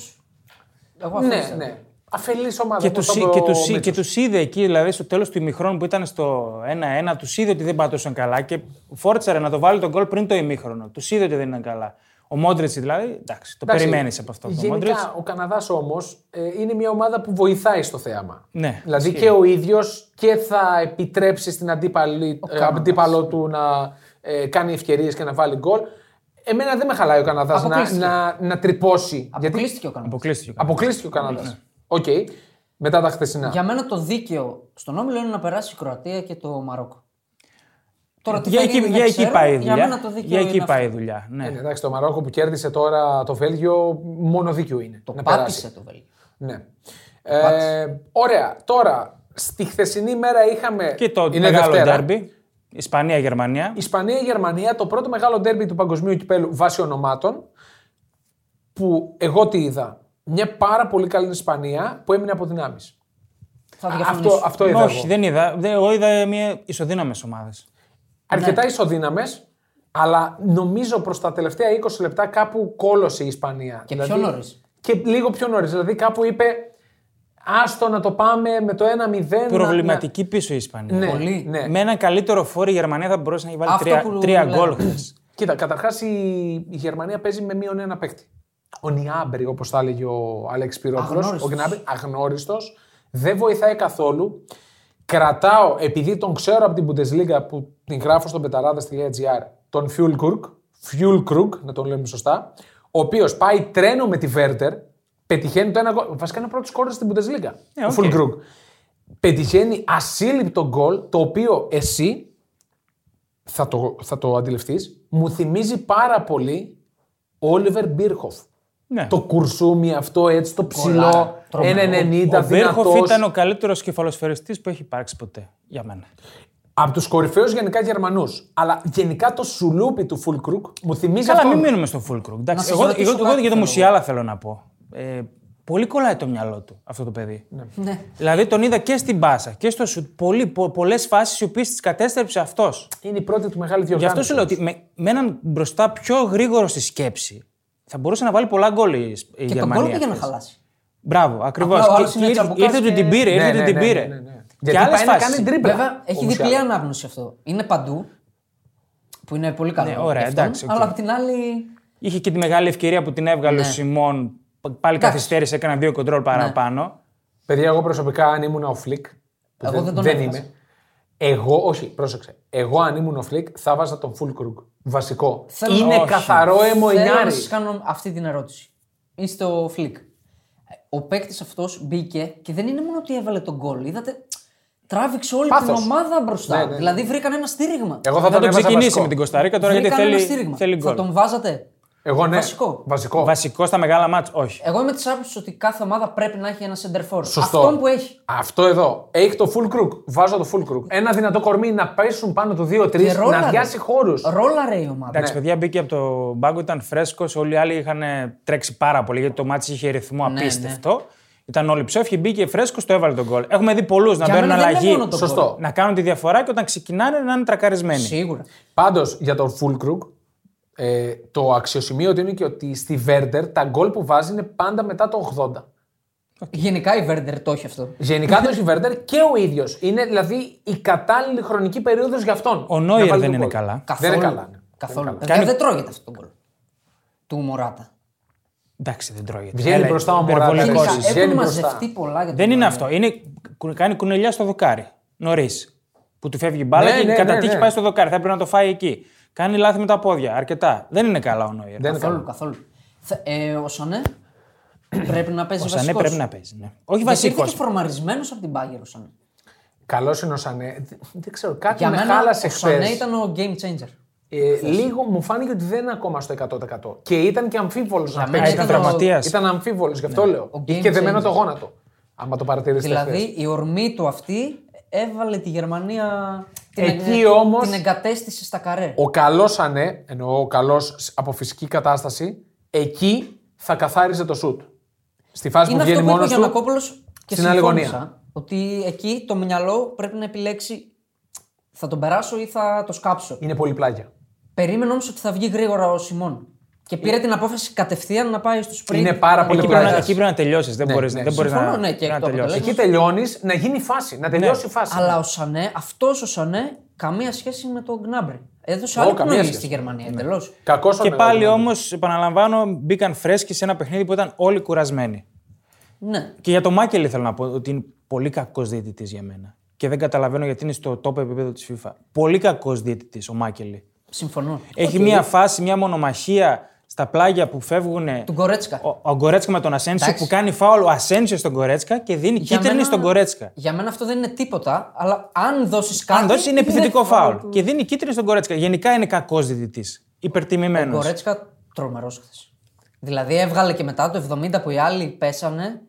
[SPEAKER 3] Εγώ αυτό
[SPEAKER 2] Ναι,
[SPEAKER 3] πιστεύω.
[SPEAKER 2] ναι. Αφελή ομάδα.
[SPEAKER 1] ε. Και
[SPEAKER 2] όπως
[SPEAKER 1] τους,
[SPEAKER 2] το είπε
[SPEAKER 1] και,
[SPEAKER 2] ο
[SPEAKER 1] τους,
[SPEAKER 2] Μίτσος.
[SPEAKER 1] και τους είδε εκεί, δηλαδή στο τέλος του ημιχρόνου που ήταν στο 1-1, τους είδε ότι δεν πατούσαν καλά και φόρτσαρε να το βάλει τον γκολ πριν το ημίχρονο. Τους είδε ότι δεν ήταν καλά. Ο Μόντριτ δηλαδή, εντάξει, το
[SPEAKER 2] Εντάξει,
[SPEAKER 1] περιμένεις από αυτό. το Μόντριτ.
[SPEAKER 2] Γενικά, ο Καναδάς όμως είναι μια ομάδα που βοηθάει στο θέαμα.
[SPEAKER 1] Ναι,
[SPEAKER 2] δηλαδή και ο ίδιος και θα επιτρέψει στην αντίπαλη, ε, αντίπαλο του να ε, κάνει ευκαιρίες και να βάλει γκολ. Εμένα δεν με χαλάει ο Καναδάς να,
[SPEAKER 3] Αποκλείστηκε.
[SPEAKER 2] να, να τρυπώσει. Γιατί
[SPEAKER 3] Αποκλείστηκε ο κανόνα.
[SPEAKER 1] Αποκλείστηκε.
[SPEAKER 2] αποκλείστηκε ο Καναδάς. Οκ. Μετά τα χθεσινά.
[SPEAKER 3] Για μένα το δίκαιο στον όμιλο είναι να περάσει η Κροατία και το Μαρόκο. Τώρα τι
[SPEAKER 1] Για
[SPEAKER 3] θα
[SPEAKER 1] εκεί,
[SPEAKER 3] γίνει δεν
[SPEAKER 1] για εκεί
[SPEAKER 3] ξέρω.
[SPEAKER 1] πάει η
[SPEAKER 3] Για μένα
[SPEAKER 1] δουλειά.
[SPEAKER 3] το δίκαιο
[SPEAKER 1] Για εκεί
[SPEAKER 3] είναι
[SPEAKER 1] πάει η
[SPEAKER 3] αυτό.
[SPEAKER 1] δουλειά. Ναι.
[SPEAKER 2] Ε, εντάξει, το Μαρόκο που κέρδισε τώρα το Βέλγιο, μόνο δίκιο είναι.
[SPEAKER 3] Το
[SPEAKER 2] να περάσει.
[SPEAKER 3] πάτησε το Βέλγιο.
[SPEAKER 2] Ναι. Ε, ωραία. Τώρα, στη χθεσινή μέρα είχαμε.
[SPEAKER 1] Και το
[SPEAKER 2] είναι
[SPEAKER 1] μεγάλο
[SPEAKER 2] Δευτέρα.
[SPEAKER 1] ντέρμπι, Ισπανία-Γερμανία.
[SPEAKER 2] Ισπανία-Γερμανία, το πρώτο μεγάλο ντέρμπι του παγκοσμίου κυπέλου βάσει ονομάτων. Που εγώ τι είδα. Μια πάρα πολύ καλή Ισπανία που έμεινε από δυνάμεις.
[SPEAKER 3] Θα διαφωνήσω.
[SPEAKER 2] Αυτό, αυτό είδα.
[SPEAKER 1] Όχι,
[SPEAKER 2] εγώ.
[SPEAKER 1] δεν είδα. Δεν- Εγώ είδα μια ισοδύναμες ομάδες.
[SPEAKER 3] Ναι.
[SPEAKER 2] Αρκετά ισοδύναμες, αλλά νομίζω προς τα τελευταία 20 λεπτά κάπου κόλωσε η Ισπανία. Δηλαδή
[SPEAKER 3] Και πιο νωρίς.
[SPEAKER 2] Και λίγο πιο νωρίς. Δηλαδή κάπου είπε. Άστο να το πάμε με το 1-0. να-
[SPEAKER 1] Προβληματική πίσω η Ισπανία.
[SPEAKER 2] Ναι,
[SPEAKER 3] Πολύ.
[SPEAKER 2] ναι.
[SPEAKER 1] Με έναν καλύτερο φόρο η Γερμανία θα μπορούσε να έχει βάλει
[SPEAKER 3] Αυτό
[SPEAKER 1] τρία,
[SPEAKER 3] που
[SPEAKER 1] τρία
[SPEAKER 3] λέμε.
[SPEAKER 1] γκολ χθες.
[SPEAKER 2] Κοίτα, καταρχάς η... η Γερμανία παίζει με μείον ένα παίκτη. Ο Νιάμπερι, όπως θα έλεγε ο Αλέξη Πυρόπουλο. Ο
[SPEAKER 3] Αγνώριστος.
[SPEAKER 2] Γκνάμπερι, αγνώριστος. Δεν βοηθάει καθόλου. Κρατάω, επειδή τον ξέρω από την Bundesliga που την γράφω στον πεταράδε.gr, τον Φιούλκουρκ, Φιούλκρουκ, να τον λέμε σωστά, ο οποίος πάει τρένο με τη Βέρτερ, πετυχαίνει το ένα γκολ. Βασικά είναι ο πρώτος κόρη στην Bundesliga.
[SPEAKER 1] Ε,
[SPEAKER 2] ο
[SPEAKER 1] οκ.
[SPEAKER 2] Φουλκρουκ. Πετυχαίνει ασύλληπτο γκολ, το οποίο εσύ θα το, θα το αντιληφθείς, μου θυμίζει πάρα πολύ Όλιβερ Μπίρχοφ.
[SPEAKER 1] Ναι.
[SPEAKER 2] Το κουρσούμι αυτό έτσι, το ψηλό,
[SPEAKER 3] Κολλάρα, τρομερό.
[SPEAKER 2] 1,90
[SPEAKER 1] Ο Μπέρχοφ
[SPEAKER 2] δυνατός.
[SPEAKER 1] ήταν ο καλύτερος κεφαλοσφαιριστής που έχει υπάρξει ποτέ για μένα.
[SPEAKER 2] Από τους κορυφαίους γενικά Γερμανούς. Αλλά γενικά το σουλούπι του Φουλκρουκ μου θυμίζει
[SPEAKER 1] Καλά,
[SPEAKER 2] αυτόν.
[SPEAKER 1] μην μείνουμε στο Φούλκρουγκ.
[SPEAKER 3] σας
[SPEAKER 1] Εντάξει, εγώ,
[SPEAKER 3] ρωτήσω
[SPEAKER 1] εγώ, εγώ
[SPEAKER 3] κάτι
[SPEAKER 1] για το
[SPEAKER 3] θέλω.
[SPEAKER 1] Μουσιάλα θέλω να πω. Ε, πολύ κολλάει το μυαλό του αυτό το παιδί.
[SPEAKER 3] Ναι.
[SPEAKER 1] Δηλαδή τον είδα και στην Πάσα και στο Σουτ. Πο, Πολλές φάσεις οι οποίες τις κατέστρεψε αυτός.
[SPEAKER 2] Είναι η πρώτη του μεγάλη
[SPEAKER 1] Γι'
[SPEAKER 2] διοργάνωση.
[SPEAKER 1] αυτό σου λέω ότι με, με έναν μπροστά πιο γρήγορο στη σκέψη θα μπορούσε να βάλει πολλά γκολ η, Ισ- η
[SPEAKER 3] Και τον
[SPEAKER 1] Γερμανία.
[SPEAKER 3] κόλπο για να
[SPEAKER 1] χθες.
[SPEAKER 3] χαλάσει.
[SPEAKER 1] Μπράβο, ακριβώς.
[SPEAKER 3] Απλά ο άλλος
[SPEAKER 1] Και,
[SPEAKER 3] είναι
[SPEAKER 1] και ήρθε-
[SPEAKER 3] τσαμπουκάς
[SPEAKER 1] ήρθε
[SPEAKER 3] και-
[SPEAKER 1] του την πήρε.
[SPEAKER 2] Ναι,
[SPEAKER 1] ήρθε του
[SPEAKER 2] ναι,
[SPEAKER 1] την
[SPEAKER 2] ναι,
[SPEAKER 1] πήρε.
[SPEAKER 2] ναι, ναι, ναι.
[SPEAKER 1] Και
[SPEAKER 2] Γιατί
[SPEAKER 1] άλλες
[SPEAKER 2] πάει να
[SPEAKER 1] φάσεις.
[SPEAKER 2] κάνει τρίπλα.
[SPEAKER 3] Βέβαια
[SPEAKER 2] ο
[SPEAKER 3] έχει
[SPEAKER 2] Μουσιάλα.
[SPEAKER 3] διπλή ανάγνωση αυτό. Είναι παντού που είναι πολύ καλό.
[SPEAKER 1] Ναι,
[SPEAKER 3] για
[SPEAKER 1] ωραία,
[SPEAKER 3] αυτόν,
[SPEAKER 1] εντάξει, οκ.
[SPEAKER 3] Αλλά απ' την άλλη.
[SPEAKER 1] Είχε και τη μεγάλη ευκαιρία που την έβγαλε ο
[SPEAKER 3] Ναι.
[SPEAKER 1] Σιμών. Π- Πάλι
[SPEAKER 3] Εντάξει. Ναι.
[SPEAKER 1] καθυστέρησε, έκανα δύο κοντρόλ παραπάνω.
[SPEAKER 2] Παιδιά, εγώ προσωπικά αν ήμουν ο Φλικ. που
[SPEAKER 3] Εγώ δεν τον έβαζα.
[SPEAKER 2] είμαι. Εγώ, όχι, πρόσεξε. Εγώ αν ήμουν ο Φλικ θα βάζα τον Φουλκρουκ. Βασικό.
[SPEAKER 3] Θέλω-
[SPEAKER 2] είναι
[SPEAKER 1] Όχι.
[SPEAKER 2] καθαρό
[SPEAKER 3] Θέλω να
[SPEAKER 2] αιμονιάρη.
[SPEAKER 3] σας κάνω αυτή την ερώτηση. Είστε ο Φλικ. Ο παίκτης αυτός μπήκε και δεν είναι μόνο ότι έβαλε τον γκολ. Είδατε, τράβηξε όλη
[SPEAKER 2] Πάθος.
[SPEAKER 3] την ομάδα μπροστά.
[SPEAKER 2] Ναι, ναι, ναι.
[SPEAKER 3] Δηλαδή βρήκαν ένα στήριγμα.
[SPEAKER 2] Εγώ θα,
[SPEAKER 1] Θα
[SPEAKER 2] τον
[SPEAKER 1] το
[SPEAKER 2] έβαζα
[SPEAKER 1] ξεκινήσει
[SPEAKER 2] βασικό.
[SPEAKER 1] με την Κωνσταντίνα τώρα γιατί
[SPEAKER 3] βρήκαν ένα
[SPEAKER 1] θέλει,
[SPEAKER 3] στήριγμα.
[SPEAKER 1] θέλει
[SPEAKER 3] θα
[SPEAKER 1] γκολ.
[SPEAKER 3] τον βάζατε.
[SPEAKER 2] Εγώ ναι.
[SPEAKER 3] Βασικό.
[SPEAKER 2] Βασικό.
[SPEAKER 1] Βασικό στα μεγάλα μάτς, όχι.
[SPEAKER 3] Εγώ είμαι της άποψης ότι κάθε ομάδα πρέπει να έχει ένα center forward.
[SPEAKER 2] Σωστό.
[SPEAKER 3] Αυτόν που έχει.
[SPEAKER 2] Αυτό εδώ. Έχει το full crook. Βάζω το full crook. Ένα δυνατό κορμί να πέσουν πάνω του 2-3, να
[SPEAKER 3] ρόλαρε.
[SPEAKER 2] αδειάσει χώρους.
[SPEAKER 3] Ρόλαρε η ομάδα.
[SPEAKER 1] Εντάξει, παιδιά μπήκε από το μπάγκο, ήταν φρέσκος. Όλοι οι άλλοι είχαν ε, τρέξει πάρα πολύ γιατί το μάτι είχε ρυθμό
[SPEAKER 3] ναι.
[SPEAKER 1] απίστευτο. Ήταν όλοι ψόφοι, μπήκε φρέσκος, το έβαλε τον κόλ. Έχουμε δει πολλούς να
[SPEAKER 3] Για
[SPEAKER 1] παίρνουν
[SPEAKER 3] μένα δεν είναι
[SPEAKER 1] αλλαγή.
[SPEAKER 3] μόνο το Ναι. γκολ.
[SPEAKER 2] Σωστό.
[SPEAKER 1] Να κάνουν τη διαφορά και όταν ξεκινάνε να είναι τρακαρισμένοι.
[SPEAKER 2] ναι.
[SPEAKER 3] Σίγουρα.
[SPEAKER 2] Πάντως για τον Fulkrug, ε, το αξιοσημείο του είναι και ότι στη Βέρντερ τα γκολ που βάζει είναι πάντα μετά το 80.
[SPEAKER 3] Γενικά η Βέρντερ το έχει αυτό.
[SPEAKER 2] Γενικά το έχει η Βέρντερ και ο ίδιος. Είναι δηλαδή η κατάλληλη χρονική περίοδος για αυτόν.
[SPEAKER 1] Ο
[SPEAKER 2] να
[SPEAKER 1] Νόιερ δεν
[SPEAKER 2] βάλει τον
[SPEAKER 1] είναι
[SPEAKER 2] γκολ.
[SPEAKER 1] καλά.
[SPEAKER 3] Καθόλου.
[SPEAKER 2] Δεν είναι καλά, ναι.
[SPEAKER 3] Καθόλου.
[SPEAKER 2] Δεν είναι
[SPEAKER 3] Παιδιά,
[SPEAKER 1] Κάνει-
[SPEAKER 3] Δεν τρώγεται αυτό τον κόλ. Του Μωράτα.
[SPEAKER 1] Εντάξει, δεν τρώγεται.
[SPEAKER 2] Βγαίνει
[SPEAKER 1] Έλα,
[SPEAKER 2] μπροστά ο
[SPEAKER 1] υπερβολικός
[SPEAKER 2] Μωράτα,
[SPEAKER 1] είσαι.
[SPEAKER 2] ρε.
[SPEAKER 3] Γενικά,
[SPEAKER 2] βγαίνει
[SPEAKER 3] Έχουν
[SPEAKER 2] μπροστά.
[SPEAKER 3] μαζευτεί πολλά για τον
[SPEAKER 1] Δεν είναι
[SPEAKER 2] Ναι.
[SPEAKER 3] Μωράτα.
[SPEAKER 1] αυτό. Είναι, κου- κάνει κουνελιά στο δοκάρι. Νωρίς. Που του φεύγει η μπάλα
[SPEAKER 2] Ναι,
[SPEAKER 1] και
[SPEAKER 2] ναι,
[SPEAKER 1] κατά
[SPEAKER 2] ναι,
[SPEAKER 1] τύχη
[SPEAKER 2] ναι.
[SPEAKER 1] πάει στο δοκάρι. Θα έπρεπε να το φάει εκεί. Κάνει λάθη με τα πόδια. Αρκετά. Δεν είναι καλά ο Νόιερ.
[SPEAKER 2] Δεν είναι
[SPEAKER 3] Καθόλου,
[SPEAKER 2] καλά.
[SPEAKER 3] καθόλου. Θε- ε, ο Σανέ [CLEARS THROAT] πρέπει να παίζει
[SPEAKER 1] Ο
[SPEAKER 3] βασικός.
[SPEAKER 1] Σανέ πρέπει να παίζει. Ναι. Όχι
[SPEAKER 3] Γιατί ήρθε
[SPEAKER 1] βασικό.
[SPEAKER 3] και φορμαρισμένος από την Bayern ο Σανέ.
[SPEAKER 2] Καλός είναι ο Σανέ. Δεν- Δεν ξέρω, κάτι
[SPEAKER 3] Για
[SPEAKER 2] με
[SPEAKER 3] μένα
[SPEAKER 2] χάλασε
[SPEAKER 3] ο Σανέ
[SPEAKER 2] χθε.
[SPEAKER 3] ήταν ο game changer.
[SPEAKER 2] Ε, λίγο μου φάνηκε ότι δεν είναι ακόμα στο 100%. Και ήταν και αμφίβολος να
[SPEAKER 3] μένα
[SPEAKER 1] Α,
[SPEAKER 2] παίξει.
[SPEAKER 1] ήταν
[SPEAKER 3] ήταν ο-
[SPEAKER 1] τραυματίας.
[SPEAKER 2] Ήταν αμφίβολος, γι' αυτό λέω.
[SPEAKER 3] Ναι. Ο
[SPEAKER 2] Είχε
[SPEAKER 3] game
[SPEAKER 2] και δεμένο
[SPEAKER 3] changer.
[SPEAKER 2] το γόνατο. Άμα το παρατηρήσετε. χθες.
[SPEAKER 3] Δηλαδή η ορμή του αυτή έβαλε τη Γερμανία. Την,
[SPEAKER 2] Εκεί όμως-
[SPEAKER 3] την εγκατέστησε στα καρέ.
[SPEAKER 2] Ο καλός ανέ, εννοώ ο καλός από φυσική κατάσταση, εκεί θα καθάριζε το σουτ. Στη φάση που
[SPEAKER 3] Είναι αυτό
[SPEAKER 2] βγαίνει
[SPEAKER 3] που είπε ο
[SPEAKER 2] μόνο του.
[SPEAKER 3] Γιανακόπουλος και
[SPEAKER 2] στην άλλη
[SPEAKER 3] συμφώνησα
[SPEAKER 2] γωνία.
[SPEAKER 3] ότι εκεί το μυαλό πρέπει να επιλέξει θα τον περάσω ή θα το σκάψω.
[SPEAKER 2] Είναι πολύ πλάγια.
[SPEAKER 3] Περίμενε όμως ότι θα βγει γρήγορα ο Σιμών. Και πήρε την απόφαση κατευθείαν να πάει στο sprint.
[SPEAKER 2] Είναι πάρα
[SPEAKER 3] να
[SPEAKER 2] πολύ
[SPEAKER 1] Εκεί
[SPEAKER 3] δοκιμάσει.
[SPEAKER 1] πρέπει, να,
[SPEAKER 2] πλάγια.
[SPEAKER 1] εκεί πρέπει να τελειώσει. Δεν
[SPEAKER 2] Ναι,
[SPEAKER 1] μπορείς
[SPEAKER 2] ναι.
[SPEAKER 1] να,
[SPEAKER 3] Συμφωνώ, ναι, και
[SPEAKER 1] να
[SPEAKER 3] εκ το
[SPEAKER 1] τελειώσεις.
[SPEAKER 3] αποτελέσμα.
[SPEAKER 2] Εκεί τελειώνεις να γίνει φάση, να τελειώσει η φάση.
[SPEAKER 3] Ναι. Αλλά ο Σανέ, αυτός ο Σανέ, καμία σχέση με τον Γκνάμπρι. Έδωσε
[SPEAKER 2] Ω,
[SPEAKER 3] άλλη
[SPEAKER 2] καμία
[SPEAKER 3] πνοή
[SPEAKER 2] σχέση. Ναι.
[SPEAKER 3] στη Γερμανία εντελώς.
[SPEAKER 2] Κακός
[SPEAKER 1] Και πάλι όμως, επαναλαμβάνω, μπήκαν φρέσκοι σε ένα παιχνίδι που ήταν όλοι κουρασμένοι.
[SPEAKER 3] Ναι.
[SPEAKER 1] Και για τον Μάκελ ήθελα να πω ότι είναι πολύ κακός διαιτητής για μένα. Και δεν καταλαβαίνω γιατί είναι στο top επίπεδο της FIFA. Πολύ κακός διαιτητής ο Μάκελ.
[SPEAKER 3] Συμφωνώ.
[SPEAKER 2] Ε,
[SPEAKER 1] Έχει μια φάση, μια μονομαχία στα πλάγια που φεύγουν.
[SPEAKER 3] Του Γκορέτσκα.
[SPEAKER 1] Ο, ο Γκορέτσκα με τον Ασένσιο
[SPEAKER 3] Εντάξει.
[SPEAKER 1] που κάνει φάουλ ο Ασένσιο στον Γκορέτσκα και δίνει
[SPEAKER 3] Για
[SPEAKER 1] κίτρινη
[SPEAKER 3] μένα-
[SPEAKER 1] στον Γκορέτσκα.
[SPEAKER 3] Για μένα αυτό δεν είναι τίποτα, αλλά αν δώσεις κάτι.
[SPEAKER 1] Αν δώσεις είναι
[SPEAKER 3] δεν
[SPEAKER 1] επιθετικό
[SPEAKER 3] θα
[SPEAKER 1] φάουλ.
[SPEAKER 3] του-
[SPEAKER 1] Και δίνει κίτρινη στον Γκορέτσκα. Γενικά είναι κακός διαιτητής.
[SPEAKER 3] Ο
[SPEAKER 1] Υπερτιμημένο.
[SPEAKER 3] Γκορέτσκα τρομερός χθες. Δηλαδή έβγαλε και μετά το 70 που οι άλλοι πέσανε.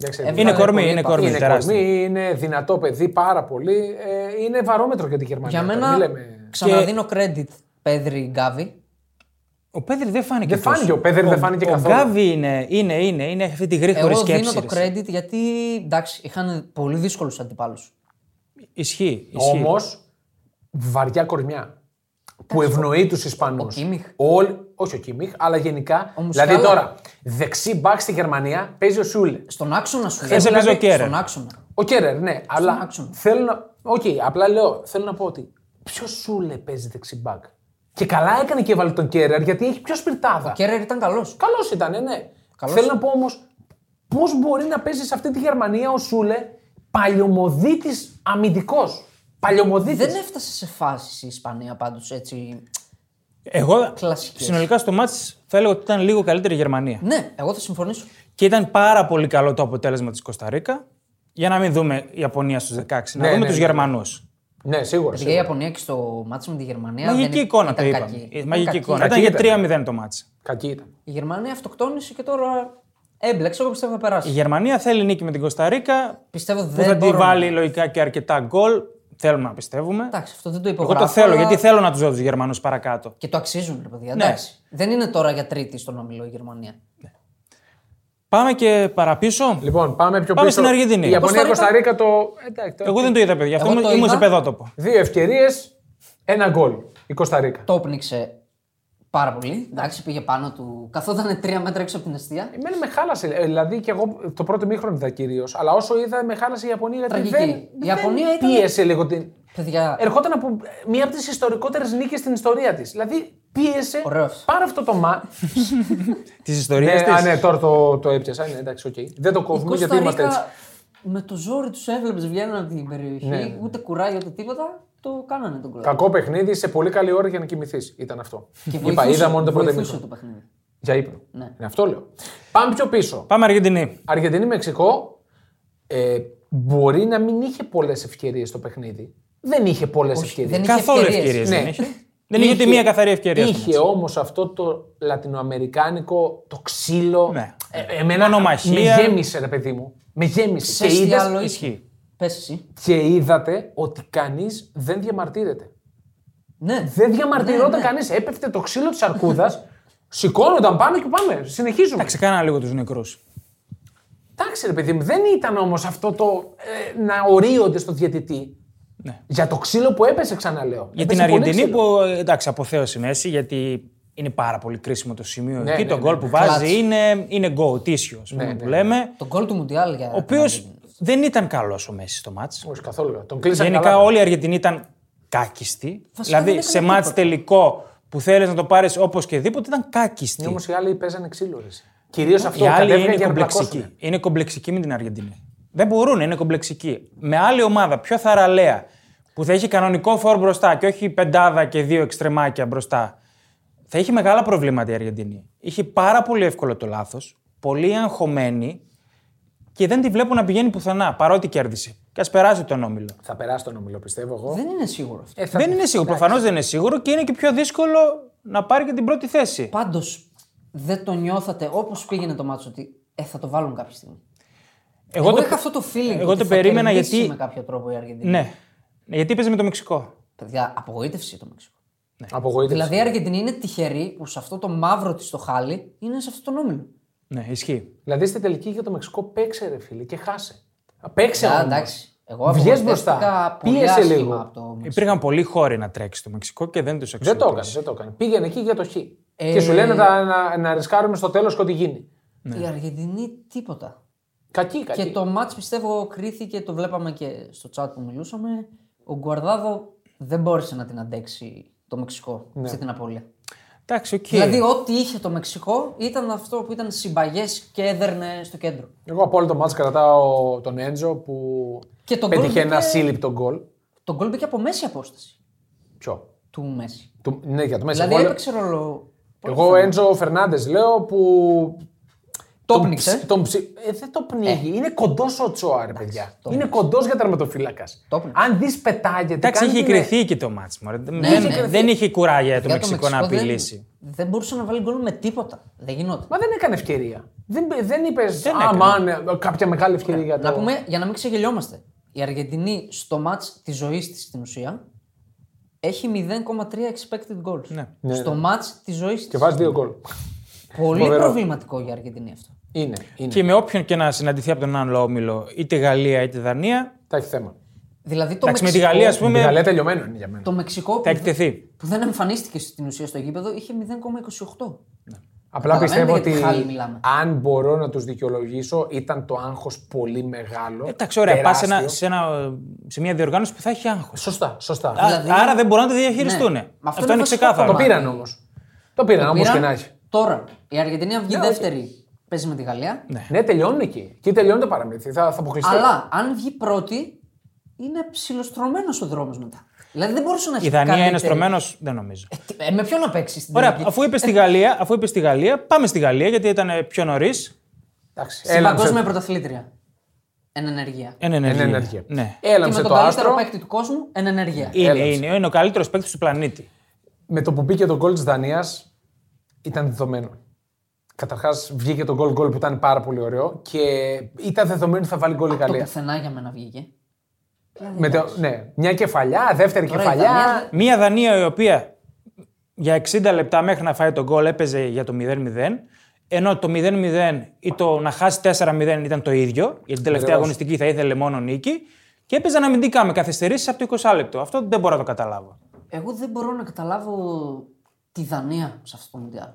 [SPEAKER 3] Ε,
[SPEAKER 1] Είναι
[SPEAKER 3] Έβγαλε
[SPEAKER 1] κορμί,
[SPEAKER 3] πολύ
[SPEAKER 1] είναι
[SPEAKER 3] πάθος.
[SPEAKER 1] κορμί.
[SPEAKER 2] Είναι
[SPEAKER 1] τεράστιο.
[SPEAKER 2] κορμί, είναι δυνατό παιδί πάρα πολύ. Ε, είναι βαρόμετρο για τη Γερμανία.
[SPEAKER 3] Για
[SPEAKER 2] τώρα,
[SPEAKER 3] μένα
[SPEAKER 2] μη λέμε-
[SPEAKER 3] ξαναδίνω credit Πέδρη Γκάβη.
[SPEAKER 1] Ο Πέδρη δεν φάνηκε.
[SPEAKER 2] Δεν φάνηκε, ο Πέδρη δεν φάνηκε
[SPEAKER 1] ο
[SPEAKER 2] καθόλου.
[SPEAKER 1] Γκάβι είναι, είναι, είναι, είναι αυτή τη γρήγορη
[SPEAKER 3] Εγώ
[SPEAKER 1] σκέψη.
[SPEAKER 3] δίνω το
[SPEAKER 1] ρε.
[SPEAKER 3] credit γιατί εντάξει, είχαν πολύ δύσκολους αντιπάλους.
[SPEAKER 1] Ισχύει. ισχύει.
[SPEAKER 2] Όμως, βαριά κορμιά. Που ευνοεί τους Ισπανούς.
[SPEAKER 3] Ο Κίμιχ.
[SPEAKER 2] όχι ο Κίμιχ, αλλά γενικά.
[SPEAKER 3] Μουσιάλα.
[SPEAKER 2] δηλαδή τώρα, δεξί μπακ στη Γερμανία παίζει ο Σούλε.
[SPEAKER 3] Στον άξονα σου.
[SPEAKER 1] Χθες έπαιζε ο
[SPEAKER 3] Δηλαδή,
[SPEAKER 1] Κέρερ.
[SPEAKER 3] Στον άξονα.
[SPEAKER 2] Ο Κέρερ, ναι, αλλά
[SPEAKER 3] άξονα.
[SPEAKER 2] θέλω να. Οκ, απλά λέω, θέλω να πω ότι ποιος Σούλε παίζει δεξί μπακ. Και καλά έκανε και έβαλε τον Κέρερ γιατί έχει πιο σπιρτάδα.
[SPEAKER 3] Ο Κέρερ ήταν καλός.
[SPEAKER 2] Καλός ήταν, ναι.
[SPEAKER 3] Καλός.
[SPEAKER 2] Θέλω να πω όμως, πώς μπορεί να παίζεις σε αυτή τη Γερμανία ο Σούλε παλιωμοδίτης αμυντικός. Παλιωμοδίτης.
[SPEAKER 3] Δεν έφτασε σε φάση η Ισπανία πάντως έτσι.
[SPEAKER 1] Εγώ
[SPEAKER 3] Κλασικές.
[SPEAKER 1] συνολικά στο μάτς θα έλεγα ότι ήταν λίγο καλύτερη η Γερμανία.
[SPEAKER 3] Ναι, εγώ θα συμφωνήσω.
[SPEAKER 1] Και ήταν πάρα πολύ καλό το αποτέλεσμα της Κωνσταντίνα. Για να μην δούμε η Ιαπωνία στους 16, να
[SPEAKER 2] Ναι,
[SPEAKER 1] δούμε
[SPEAKER 2] ναι,
[SPEAKER 1] τους
[SPEAKER 2] ναι.
[SPEAKER 1] Γερμανούς.
[SPEAKER 2] Ναι, σίγουρα.
[SPEAKER 3] Πήγε η
[SPEAKER 2] σίγουρα.
[SPEAKER 3] Ιαπωνία και στο μάτσο με τη Γερμανία.
[SPEAKER 1] Μαγική
[SPEAKER 3] δεν
[SPEAKER 1] εικόνα το
[SPEAKER 3] ήταν
[SPEAKER 1] είπαμε.
[SPEAKER 3] κακή.
[SPEAKER 1] Ε,
[SPEAKER 3] Ήταν
[SPEAKER 1] Μαγική
[SPEAKER 3] κακή.
[SPEAKER 1] εικόνα.
[SPEAKER 2] Κακή
[SPEAKER 1] Ήταν για
[SPEAKER 2] ήταν.
[SPEAKER 1] 3-0 το μάτς.
[SPEAKER 2] Κακή ήταν.
[SPEAKER 3] Η Γερμανία αυτοκτόνησε και τώρα έμπλεξε. Εγώ πιστεύω θα περάσει.
[SPEAKER 1] Η Γερμανία θέλει νίκη με την Κωνσταντίνα
[SPEAKER 3] Πιστεύω
[SPEAKER 1] που θα
[SPEAKER 3] δεν
[SPEAKER 1] τη
[SPEAKER 3] μπορώ. να-
[SPEAKER 1] βάλει λογικά και αρκετά γκολ. Θέλουμε να πιστεύουμε.
[SPEAKER 3] Εντάξει, αυτό δεν το
[SPEAKER 1] Εγώ
[SPEAKER 3] υπογράφω.
[SPEAKER 1] το θέλω
[SPEAKER 3] αλλά-
[SPEAKER 1] γιατί θέλω να τους δω τους Γερμανούς παρακάτω.
[SPEAKER 3] Και το αξίζουν, ρε
[SPEAKER 2] Ναι.
[SPEAKER 3] παιδιά. Εντάξει. Δεν είναι τώρα για τρίτη στον όμιλο η Γερμανία.
[SPEAKER 1] Πάμε και παραπίσω.
[SPEAKER 2] Λοιπόν, πάμε πιο
[SPEAKER 1] Πάμε
[SPEAKER 2] πίσω.
[SPEAKER 1] στην Αργεντινή.
[SPEAKER 2] Η Ιαπωνία
[SPEAKER 3] Κωνσταντίνα.
[SPEAKER 2] Κωνσταντίνα το. Εντάξει, το-
[SPEAKER 1] Εγώ δεν το είδα, παιδιά. Αυτό
[SPEAKER 3] Εγώ
[SPEAKER 1] ήμουν-
[SPEAKER 3] το
[SPEAKER 1] ήμουν σε
[SPEAKER 3] είδα.
[SPEAKER 1] παιδότοπο.
[SPEAKER 2] Δύο ευκαιρίες, ένα γκολ. Η Κωνσταντίνα.
[SPEAKER 3] Το όπνιξε πάρα πολύ. Εντάξει, πήγε πάνω του. Καθόταν τρία μέτρα έξω από την αιστεία.
[SPEAKER 2] Εμένα με χάλασε. ε, Δηλαδή και εγώ το πρώτο μήχρονο είδα κυρίως. Αλλά όσο είδα, με χάλασε η Ιαπωνία. Γιατί
[SPEAKER 3] Τραγική.
[SPEAKER 2] δεν,
[SPEAKER 3] Η Ιαπωνία
[SPEAKER 2] δεν
[SPEAKER 3] ήταν-
[SPEAKER 2] πίεσε λίγο την.
[SPEAKER 3] Παιδιά,
[SPEAKER 2] Ερχόταν από μία από τις ιστορικότερες νίκες στην ιστορία της. Δηλαδή πίεσε
[SPEAKER 3] Ωραίος αυτό.
[SPEAKER 2] πάρα αυτό το μα.
[SPEAKER 1] Τις ιστορίες
[SPEAKER 2] ναι, α,
[SPEAKER 1] της.
[SPEAKER 2] ναι, τώρα το, το έπιασα. Ναι, εντάξει, οκ. Δεν το
[SPEAKER 3] η
[SPEAKER 2] κόβουμε γιατί
[SPEAKER 3] Κώστα
[SPEAKER 2] είμαστε έτσι.
[SPEAKER 3] Ρίκα με το ζόρι τους έβλεπες βγαίνουν από την περιοχή.
[SPEAKER 2] Ναι.
[SPEAKER 3] Ούτε κουράγιο ούτε τίποτα. Το κάνανε τον κουράγιο.
[SPEAKER 2] Κακό παιχνίδι σε πολύ καλή ώρα για να κοιμηθείς. Ήταν αυτό.
[SPEAKER 3] Και
[SPEAKER 2] Είπα, είδα μόνο το πρώτο
[SPEAKER 3] βοηθούσε
[SPEAKER 2] μήχρονο.
[SPEAKER 3] το παιχνίδι.
[SPEAKER 2] Για ύπνο.
[SPEAKER 3] Ναι.
[SPEAKER 2] Είναι αυτό λέω. Πάμε πιο πίσω.
[SPEAKER 1] Πάμε Αργεντινή.
[SPEAKER 2] Αργεντινή-Μεξικό ε, μπορεί να μην είχε πολλές ευκαιρίες το παιχνίδι. Δεν είχε πολλές ευκαιρίες.
[SPEAKER 3] Δεν είχε
[SPEAKER 1] Καθόλου
[SPEAKER 3] ευκαιρίες.
[SPEAKER 1] ευκαιρίες
[SPEAKER 2] Ναι.
[SPEAKER 1] δεν είχε. Δεν είχε ούτε μία καθαρή ευκαιρία στο
[SPEAKER 2] Είχε όμως αυτό το λατινοαμερικάνικο, το ξύλο.
[SPEAKER 1] Ναι.
[SPEAKER 2] Ε, εμένα
[SPEAKER 1] Μονομαχία.
[SPEAKER 2] με γέμισε, ρε παιδί μου. Με γέμισε.
[SPEAKER 3] Ξέρεις
[SPEAKER 2] Και,
[SPEAKER 3] τι
[SPEAKER 2] είδες-
[SPEAKER 3] άλλο είχε.
[SPEAKER 1] ισχύει.
[SPEAKER 3] Πες εσύ.
[SPEAKER 2] και είδατε ότι κανείς δεν διαμαρτύρεται.
[SPEAKER 3] Ναι.
[SPEAKER 2] Δεν διαμαρτυρόταν
[SPEAKER 3] Ναι, ναι.
[SPEAKER 2] κανείς. Έπεφτε το ξύλο της
[SPEAKER 3] [LAUGHS]
[SPEAKER 2] αρκούδας, σηκώνονταν πάνω και πάμε. Συνεχίζουμε.
[SPEAKER 1] Εντάξει, κάνα λίγο τους νεκρούς.
[SPEAKER 2] Εντάξει, ρε παιδί μου, δεν ήταν όμως αυτό το ε, να ορίονται στο διαιτητή.
[SPEAKER 1] Ναι.
[SPEAKER 2] Για το ξύλο που έπεσε, ξαναλέω.
[SPEAKER 1] Για
[SPEAKER 2] Έπεσε
[SPEAKER 1] την
[SPEAKER 2] πολύ
[SPEAKER 1] Αργεντινή
[SPEAKER 2] ξύλο.
[SPEAKER 1] που ε, εντάξει, αποθέωσε μέση γιατί είναι πάρα πολύ κρίσιμο το σημείο εκεί.
[SPEAKER 2] ναι,
[SPEAKER 1] το
[SPEAKER 2] ναι.
[SPEAKER 1] γκολ που βάζει
[SPEAKER 3] Κλάτς.
[SPEAKER 1] είναι, είναι γκολ, τίσιο ας πούμε,
[SPEAKER 2] ναι,
[SPEAKER 1] που λέμε.
[SPEAKER 3] Το γκολ του Μουντιάλ για.
[SPEAKER 1] Ο οποίος δεν ήταν καλό ο Μέση στο μάτς.
[SPEAKER 2] Όχι καθόλου. Τον κλείσανε
[SPEAKER 1] Γενικά
[SPEAKER 2] καλά. ναι.
[SPEAKER 1] όλη η Αργεντινή ήταν κάκιστη.
[SPEAKER 3] Βασικά, δεν
[SPEAKER 1] δηλαδή
[SPEAKER 3] έκανε
[SPEAKER 1] σε
[SPEAKER 3] τίποτα.
[SPEAKER 1] μάτς τελικό που θέλεις να το πάρεις όπως και δίποτε ήταν κάκιστη.
[SPEAKER 2] Όμως οι άλλοι παίζανε ξύλο. Κυρίω
[SPEAKER 1] Ναι.
[SPEAKER 2] αυτό.
[SPEAKER 1] οι άλλοι
[SPEAKER 2] κατέβηκαν
[SPEAKER 1] είναι
[SPEAKER 2] για να
[SPEAKER 1] κομπλεξικοί.
[SPEAKER 2] πλακώσουνε.
[SPEAKER 1] Είναι κομπλεξικοί με την Αργεντινή. Δεν μπορούν, είναι κομπλεξικοί. Με άλλη ομάδα, πιο θαραλέα, που θα έχει κανονικό φόρ μπροστά και όχι πεντάδα και δύο εξτρεμάκια μπροστά, θα έχει μεγάλα προβλήματα η Αργεντινή. Είχε πάρα πολύ εύκολο το λάθος, πολύ αγχωμένη και δεν τη βλέπω να πηγαίνει πουθενά παρότι κέρδισε. Και ας περάσει τον όμιλο.
[SPEAKER 2] Θα περάσει τον όμιλο, πιστεύω εγώ.
[SPEAKER 3] Δεν είναι σίγουρο αυτό.
[SPEAKER 2] Ε, θα-
[SPEAKER 1] Δεν είναι σίγουρο. Προφανώς δεν είναι σίγουρο και είναι και πιο δύσκολο να πάρει και την πρώτη θέση.
[SPEAKER 3] Πάντως δεν το νιώθατε όπως πήγαινε το μάτσο ότι ε, θα το βάλουν κάποια στιγμή. Εγώ,
[SPEAKER 1] το-
[SPEAKER 3] είχα αυτό το feeling.
[SPEAKER 1] εγώ
[SPEAKER 3] ότι
[SPEAKER 1] το
[SPEAKER 3] θα
[SPEAKER 1] περίμενα
[SPEAKER 3] κερδίσει
[SPEAKER 1] γιατί-
[SPEAKER 3] Με κάποιο τρόπο η Αργεντινή.
[SPEAKER 1] Ναι. Γιατί παίζει με το Μεξικό.
[SPEAKER 3] Παιδιά, απογοήτευση το Μεξικό.
[SPEAKER 1] Ναι.
[SPEAKER 2] Απογοήτευση.
[SPEAKER 3] Δηλαδή η Αργεντινή είναι τυχερή που σε αυτό το μαύρο της το χάλι είναι σε αυτό τον όμιλο.
[SPEAKER 1] Ναι, ισχύει.
[SPEAKER 2] Δηλαδή στην τελική για το Μεξικό παίξε ρε φίλε και χάσε. Παίξε
[SPEAKER 3] Α,
[SPEAKER 2] όμως.
[SPEAKER 3] εντάξει. Εγώ
[SPEAKER 2] Βγες
[SPEAKER 3] απογοητεύτηκα
[SPEAKER 2] μπροστά.
[SPEAKER 3] πολύ
[SPEAKER 2] Πίεσε
[SPEAKER 3] άσχημα
[SPEAKER 2] λίγο.
[SPEAKER 3] από το Μεξικό.
[SPEAKER 1] Υπήρχαν πολλοί χώροι να τρέξει στο Μεξικό και δεν τους αξιοποιεί.
[SPEAKER 2] Δεν το έκανε, δεν το έκανε. Πήγαινε εκεί για το χ.
[SPEAKER 3] Ε,
[SPEAKER 2] Και σου λένε να, να, να ρισκάρουμε στο τέλος και ό,τι γίνει.
[SPEAKER 1] Ναι.
[SPEAKER 3] Η Αργεντινή τίποτα.
[SPEAKER 2] Κακή,
[SPEAKER 1] Ε,
[SPEAKER 2] κακή.
[SPEAKER 3] Και το μάτς πιστεύω κρίθηκε, το βλέπαμε και στο chat που μιλούσαμε. Ο Γκουαρδάδο δεν μπόρεσε να την αντέξει το
[SPEAKER 1] Ναι.
[SPEAKER 3] Μεξικό αυτή την απώλεια.
[SPEAKER 1] Εντάξει, οκ.
[SPEAKER 3] Δηλαδή, ό,τι είχε το Μεξικό ήταν αυτό που ήταν συμπαγές και έδερνε στο κέντρο.
[SPEAKER 2] Εγώ από όλο το μάτς κρατάω τον Έντζο που
[SPEAKER 3] Και τον
[SPEAKER 2] πέτυχε
[SPEAKER 3] γκολ
[SPEAKER 2] ένα
[SPEAKER 3] μπήκε-
[SPEAKER 2] σύλληπτο γκολ.
[SPEAKER 3] Το γκολ μπήκε από μέση απόσταση
[SPEAKER 2] Ποιο.
[SPEAKER 3] του Μέση.
[SPEAKER 2] Του, ναι, για το μέσα.
[SPEAKER 3] Δηλαδή,
[SPEAKER 2] Εγώ λέω-
[SPEAKER 3] έπαιξε ρόλο.
[SPEAKER 2] Εγώ Έντζο Φερνάντες λέω που.
[SPEAKER 3] Το
[SPEAKER 2] τον
[SPEAKER 3] πνίξε.
[SPEAKER 2] ψ- Τον ψι... ε, δεν το πνίγει. Είναι κοντός ο Τσόα, ρε παιδιά.
[SPEAKER 3] το
[SPEAKER 2] Είναι κοντός για τερματοφύλακας.
[SPEAKER 3] Το πνίξε.
[SPEAKER 2] Αν δεις πετάγεται.
[SPEAKER 1] Εντάξει,
[SPEAKER 2] κάνει
[SPEAKER 1] είχε
[SPEAKER 2] την-
[SPEAKER 1] κρυθεί και το μάτσο.
[SPEAKER 3] ε. Ναι,
[SPEAKER 1] δεν,
[SPEAKER 3] είχε κρυθεί.
[SPEAKER 1] δεν είχε κουράγια το
[SPEAKER 3] Για
[SPEAKER 1] Μεξικό, να
[SPEAKER 3] δεν-
[SPEAKER 1] απειλήσει.
[SPEAKER 3] Δεν, μπορούσε να βάλει γκολ με τίποτα. Δεν γινόταν.
[SPEAKER 2] ε- Μα δεν έκανε ευκαιρία. Δεν, δεν είπες.
[SPEAKER 1] Δεν
[SPEAKER 2] Α,
[SPEAKER 1] έκανε.
[SPEAKER 2] μάνε, ε, κάποια μεγάλη ευκαιρία για το.
[SPEAKER 3] Ε, Να πούμε, για να μην ξεγελιόμαστε. Η Αργεντινή στο μάτς της ζωής της στην ουσία έχει 0,3 expected goals.
[SPEAKER 1] Ναι.
[SPEAKER 3] Στο μάτς της ζωής τη.
[SPEAKER 2] Και βάζει δύο γκολ.
[SPEAKER 3] Πολύ
[SPEAKER 2] φοβερό.
[SPEAKER 3] προβληματικό για Αργεντινή αυτό.
[SPEAKER 2] Είναι. είναι.
[SPEAKER 1] Και με όποιον και να συναντηθεί από τον άλλο όμιλο, είτε Γαλλία είτε Δανία.
[SPEAKER 2] Τα έχει θέμα.
[SPEAKER 3] Δηλαδή το
[SPEAKER 1] Εντάξει, με τη
[SPEAKER 3] Μεξικό,
[SPEAKER 1] Γαλλία, ας
[SPEAKER 2] Η
[SPEAKER 1] πούμε,
[SPEAKER 2] Γαλλία τελειωμένο είναι για μένα.
[SPEAKER 3] το Μεξικό
[SPEAKER 1] θα
[SPEAKER 3] που,
[SPEAKER 1] εκτεθεί.
[SPEAKER 3] που δεν εμφανίστηκε στην ουσία στο γήπεδο είχε 0,28.
[SPEAKER 2] Απλά
[SPEAKER 3] Καταλαβαίνετε
[SPEAKER 2] πιστεύω
[SPEAKER 3] για
[SPEAKER 2] ότι
[SPEAKER 3] τι χάλι μιλάμε.
[SPEAKER 2] αν μπορώ να τους δικαιολογήσω, ήταν το άγχος πολύ μεγάλο.
[SPEAKER 1] Εντάξει, ωραία, πας σε,
[SPEAKER 2] τεράστιο.
[SPEAKER 1] ένα- σε, ένα- σε μια διοργάνωση που θα έχει άγχος.
[SPEAKER 2] Σωστά, σωστά.
[SPEAKER 3] Δηλαδή-
[SPEAKER 1] Άρα δεν μπορούν να το διαχειριστούν.
[SPEAKER 3] Ναι. Μα αυτό
[SPEAKER 1] Αυτό,
[SPEAKER 3] είναι
[SPEAKER 1] είναι
[SPEAKER 3] βασικό
[SPEAKER 1] ξεκάθαρο.
[SPEAKER 2] Το
[SPEAKER 3] κομμάτι.
[SPEAKER 2] πήραν όμως. Το πήραν όμως και
[SPEAKER 3] Πήραν-
[SPEAKER 2] να έχει.
[SPEAKER 3] Τώρα η Αργεντινή αν βγει δεύτερη παίζει με τη Γαλλία.
[SPEAKER 2] Ναι, τελειώνουν εκεί. Εκεί τελειώνει το παραμύθι. Θα, θα αποκλειστεί.
[SPEAKER 3] Αλλά αν βγει πρώτη είναι ψηλοστρωμένο ο δρόμος μετά. Δηλαδή δεν μπορούσε να έχει
[SPEAKER 1] Η Δανία είναι
[SPEAKER 3] καλύτερη-
[SPEAKER 1] στρωμένος, δεν νομίζω.
[SPEAKER 3] Ε, τι- ε, με ποιον να παίξει στην
[SPEAKER 1] Ωραία,
[SPEAKER 3] τελική?
[SPEAKER 1] αφού είπες στη Γαλλία, αφού είπες στη Γαλλία, πάμε στη Γαλλία γιατί ήταν πιο νωρίς.
[SPEAKER 2] Εντάξει,
[SPEAKER 3] Στην
[SPEAKER 2] έλαμψε-
[SPEAKER 3] παγκόσμια πρωταθλήτρια. Εν ενεργεία.
[SPEAKER 1] Εν
[SPEAKER 2] εν
[SPEAKER 1] ενεργεία.
[SPEAKER 2] ενεργεία.
[SPEAKER 1] Ναι.
[SPEAKER 3] και με
[SPEAKER 2] Έλαμψε
[SPEAKER 3] τον
[SPEAKER 2] το
[SPEAKER 3] καλύτερο
[SPEAKER 2] άστρο.
[SPEAKER 3] παίκτη του κόσμου, εν ενεργεία.
[SPEAKER 1] Είναι,
[SPEAKER 2] Έλαμψε.
[SPEAKER 1] είναι, είναι ο καλύτερος παίκτης του πλανήτη.
[SPEAKER 2] Με το που μπήκε το γκολ της Δανίας ήταν δεδομένο. Καταρχάς βγήκε το γκολ γκολ που ήταν πάρα πολύ ωραίο και ήταν δεδομένο ότι θα βάλει γκολ η
[SPEAKER 3] Το
[SPEAKER 2] Γαλλία.
[SPEAKER 3] πουθενά για μένα βγήκε.
[SPEAKER 2] Με το- ναι, μια κεφαλιά, δεύτερη
[SPEAKER 3] Τώρα η
[SPEAKER 2] κεφαλιά.
[SPEAKER 3] Δανία-
[SPEAKER 1] Μία Δανία η οποία για 60 λεπτά μέχρι να φάει τον γκολ έπαιζε για το 0-0. Ενώ το 0-0 ή το να χάσει 4-0 ήταν το ίδιο, γιατί τελευταία
[SPEAKER 2] Βεβαίως.
[SPEAKER 1] αγωνιστική θα ήθελε μόνο νίκη. Και έπαιζαν αμυντικά με καθυστερήσεις από το 20 λεπτό. Αυτό δεν μπορώ να το καταλάβω.
[SPEAKER 3] Εγώ δεν μπορώ να καταλάβω τη Δανία σε αυτό το Μουντιάλ.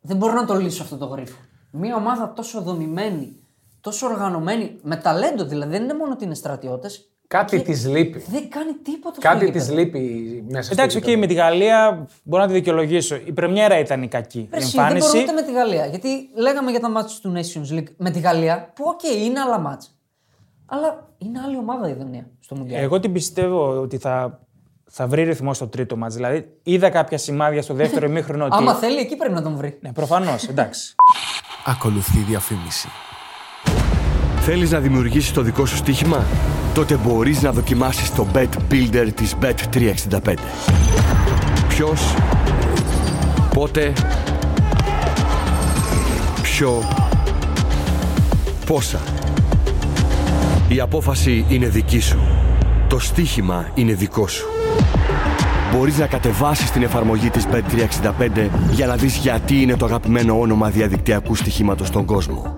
[SPEAKER 3] Δεν μπορώ να το λύσω αυτό το γρίφο. Μια ομάδα τόσο δομημένη, τόσο οργανωμένη, με ταλέντο δηλαδή, δεν είναι μόνο ότι είναι στρατιώτες,
[SPEAKER 2] Κάτι της λείπει.
[SPEAKER 3] δεν κάνει τίποτα στο
[SPEAKER 2] Κάτι
[SPEAKER 3] γήπεδο.
[SPEAKER 2] της λείπει μέσα στο
[SPEAKER 1] Εντάξει,
[SPEAKER 2] γήπεδο.
[SPEAKER 1] και με τη Γαλλία μπορώ να τη δικαιολογήσω. Η πρεμιέρα ήταν η κακή. Η
[SPEAKER 3] Ρε, εσύ, δεν μπορώ
[SPEAKER 1] εμφάνιση.
[SPEAKER 3] ούτε με τη Γαλλία. Γιατί λέγαμε για τα μάτια του Nations League με τη Γαλλία, που οκ, είναι άλλα μάτια. Αλλά είναι άλλη ομάδα η Δανία στο
[SPEAKER 2] Ε,
[SPEAKER 3] Μουντιάλ.
[SPEAKER 1] Εγώ την πιστεύω ότι θα, θα βρει ρυθμό στο τρίτο μάτς. Δηλαδή, είδα κάποια σημάδια στο
[SPEAKER 3] [LAUGHS]
[SPEAKER 1] δεύτερο ημίχρονο ότι.
[SPEAKER 3] Άμα θέλει, εκεί πρέπει να τον βρει.
[SPEAKER 1] Ναι, προφανώς, εντάξει.
[SPEAKER 4] Ακολουθεί διαφήμιση. Θέλεις να δημιουργήσεις το δικό σου στοίχημα? Τότε μπορείς να δοκιμάσεις το Bet Builder της Bet365. Ποιος, πότε, ποιο, πόσα. Η απόφαση είναι δική σου. Το στοίχημα είναι δικό σου. Μπορείς να κατεβάσεις την εφαρμογή της Bet365 για να δεις γιατί είναι το αγαπημένο όνομα διαδικτυακού στοιχήματος στον κόσμο.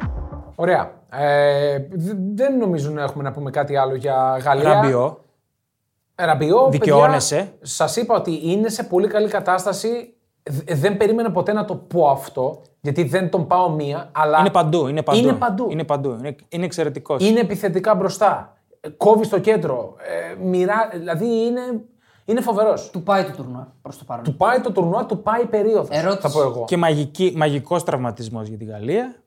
[SPEAKER 2] Ωραία. Ε, δ- δεν νομίζω να έχουμε να πούμε κάτι άλλο για Γαλλία.
[SPEAKER 1] Ραμπιό.
[SPEAKER 2] Ραμπιό,
[SPEAKER 1] Δικαιώνεσαι.
[SPEAKER 2] Σας είπα ότι είναι σε πολύ καλή κατάσταση. Δ- Δεν περίμενα ποτέ να το πω αυτό, γιατί δεν τον πάω μία, αλλά.
[SPEAKER 1] Είναι παντού. Είναι παντού.
[SPEAKER 2] Είναι παντού.
[SPEAKER 1] Είναι, παντού. είναι, είναι εξαιρετικός.
[SPEAKER 2] Είναι επιθετικά μπροστά. Ε, Κόβεις στο κέντρο. Ε, μοιρά... Δηλαδή είναι, είναι φοβερός. Του
[SPEAKER 3] Του πάει το τουρνουά προς το παρόν.
[SPEAKER 2] πάει το τουρνουά, του πάει η περίοδος.
[SPEAKER 3] Ερώτηση.
[SPEAKER 2] Θα πω εγώ.
[SPEAKER 1] Και μαγική, μαγικός τραυματισμός για την Γαλλία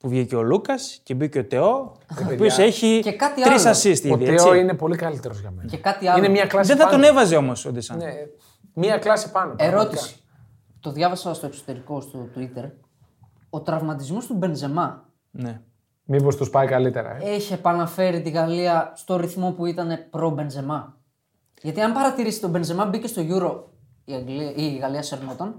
[SPEAKER 1] που βγήκε ο Λούκας και μπήκε ο Τεό, ο οποίος έχει
[SPEAKER 3] Και κάτι
[SPEAKER 1] τρεις
[SPEAKER 3] άλλο.
[SPEAKER 1] assist
[SPEAKER 2] Ο
[SPEAKER 1] ήδη,
[SPEAKER 2] Τέο
[SPEAKER 1] έτσι.
[SPEAKER 2] είναι πολύ καλύτερος για μένα.
[SPEAKER 3] Και κάτι άλλο.
[SPEAKER 2] Είναι μια κλάση
[SPEAKER 1] Δεν θα
[SPEAKER 2] πάνω.
[SPEAKER 1] τον έβαζε όμως ο Ντεσάν.
[SPEAKER 2] Ναι, μια κλάση πάνω. πραγματικά.
[SPEAKER 3] Ερώτηση. Το διάβασα στο εξωτερικό στο Twitter. Ο τραυματισμός του Μπενζεμά
[SPEAKER 1] Ναι.
[SPEAKER 2] Μήπως τους πάει καλύτερα. Ε.
[SPEAKER 3] έχει επαναφέρει τη Γαλλία στο ρυθμό που ήταν προ-Μπενζεμά. Γιατί αν παρατηρήσει τον Μπενζεμά μπήκε στο Euro η, Αγγλία, η Γαλλία σερνόταν.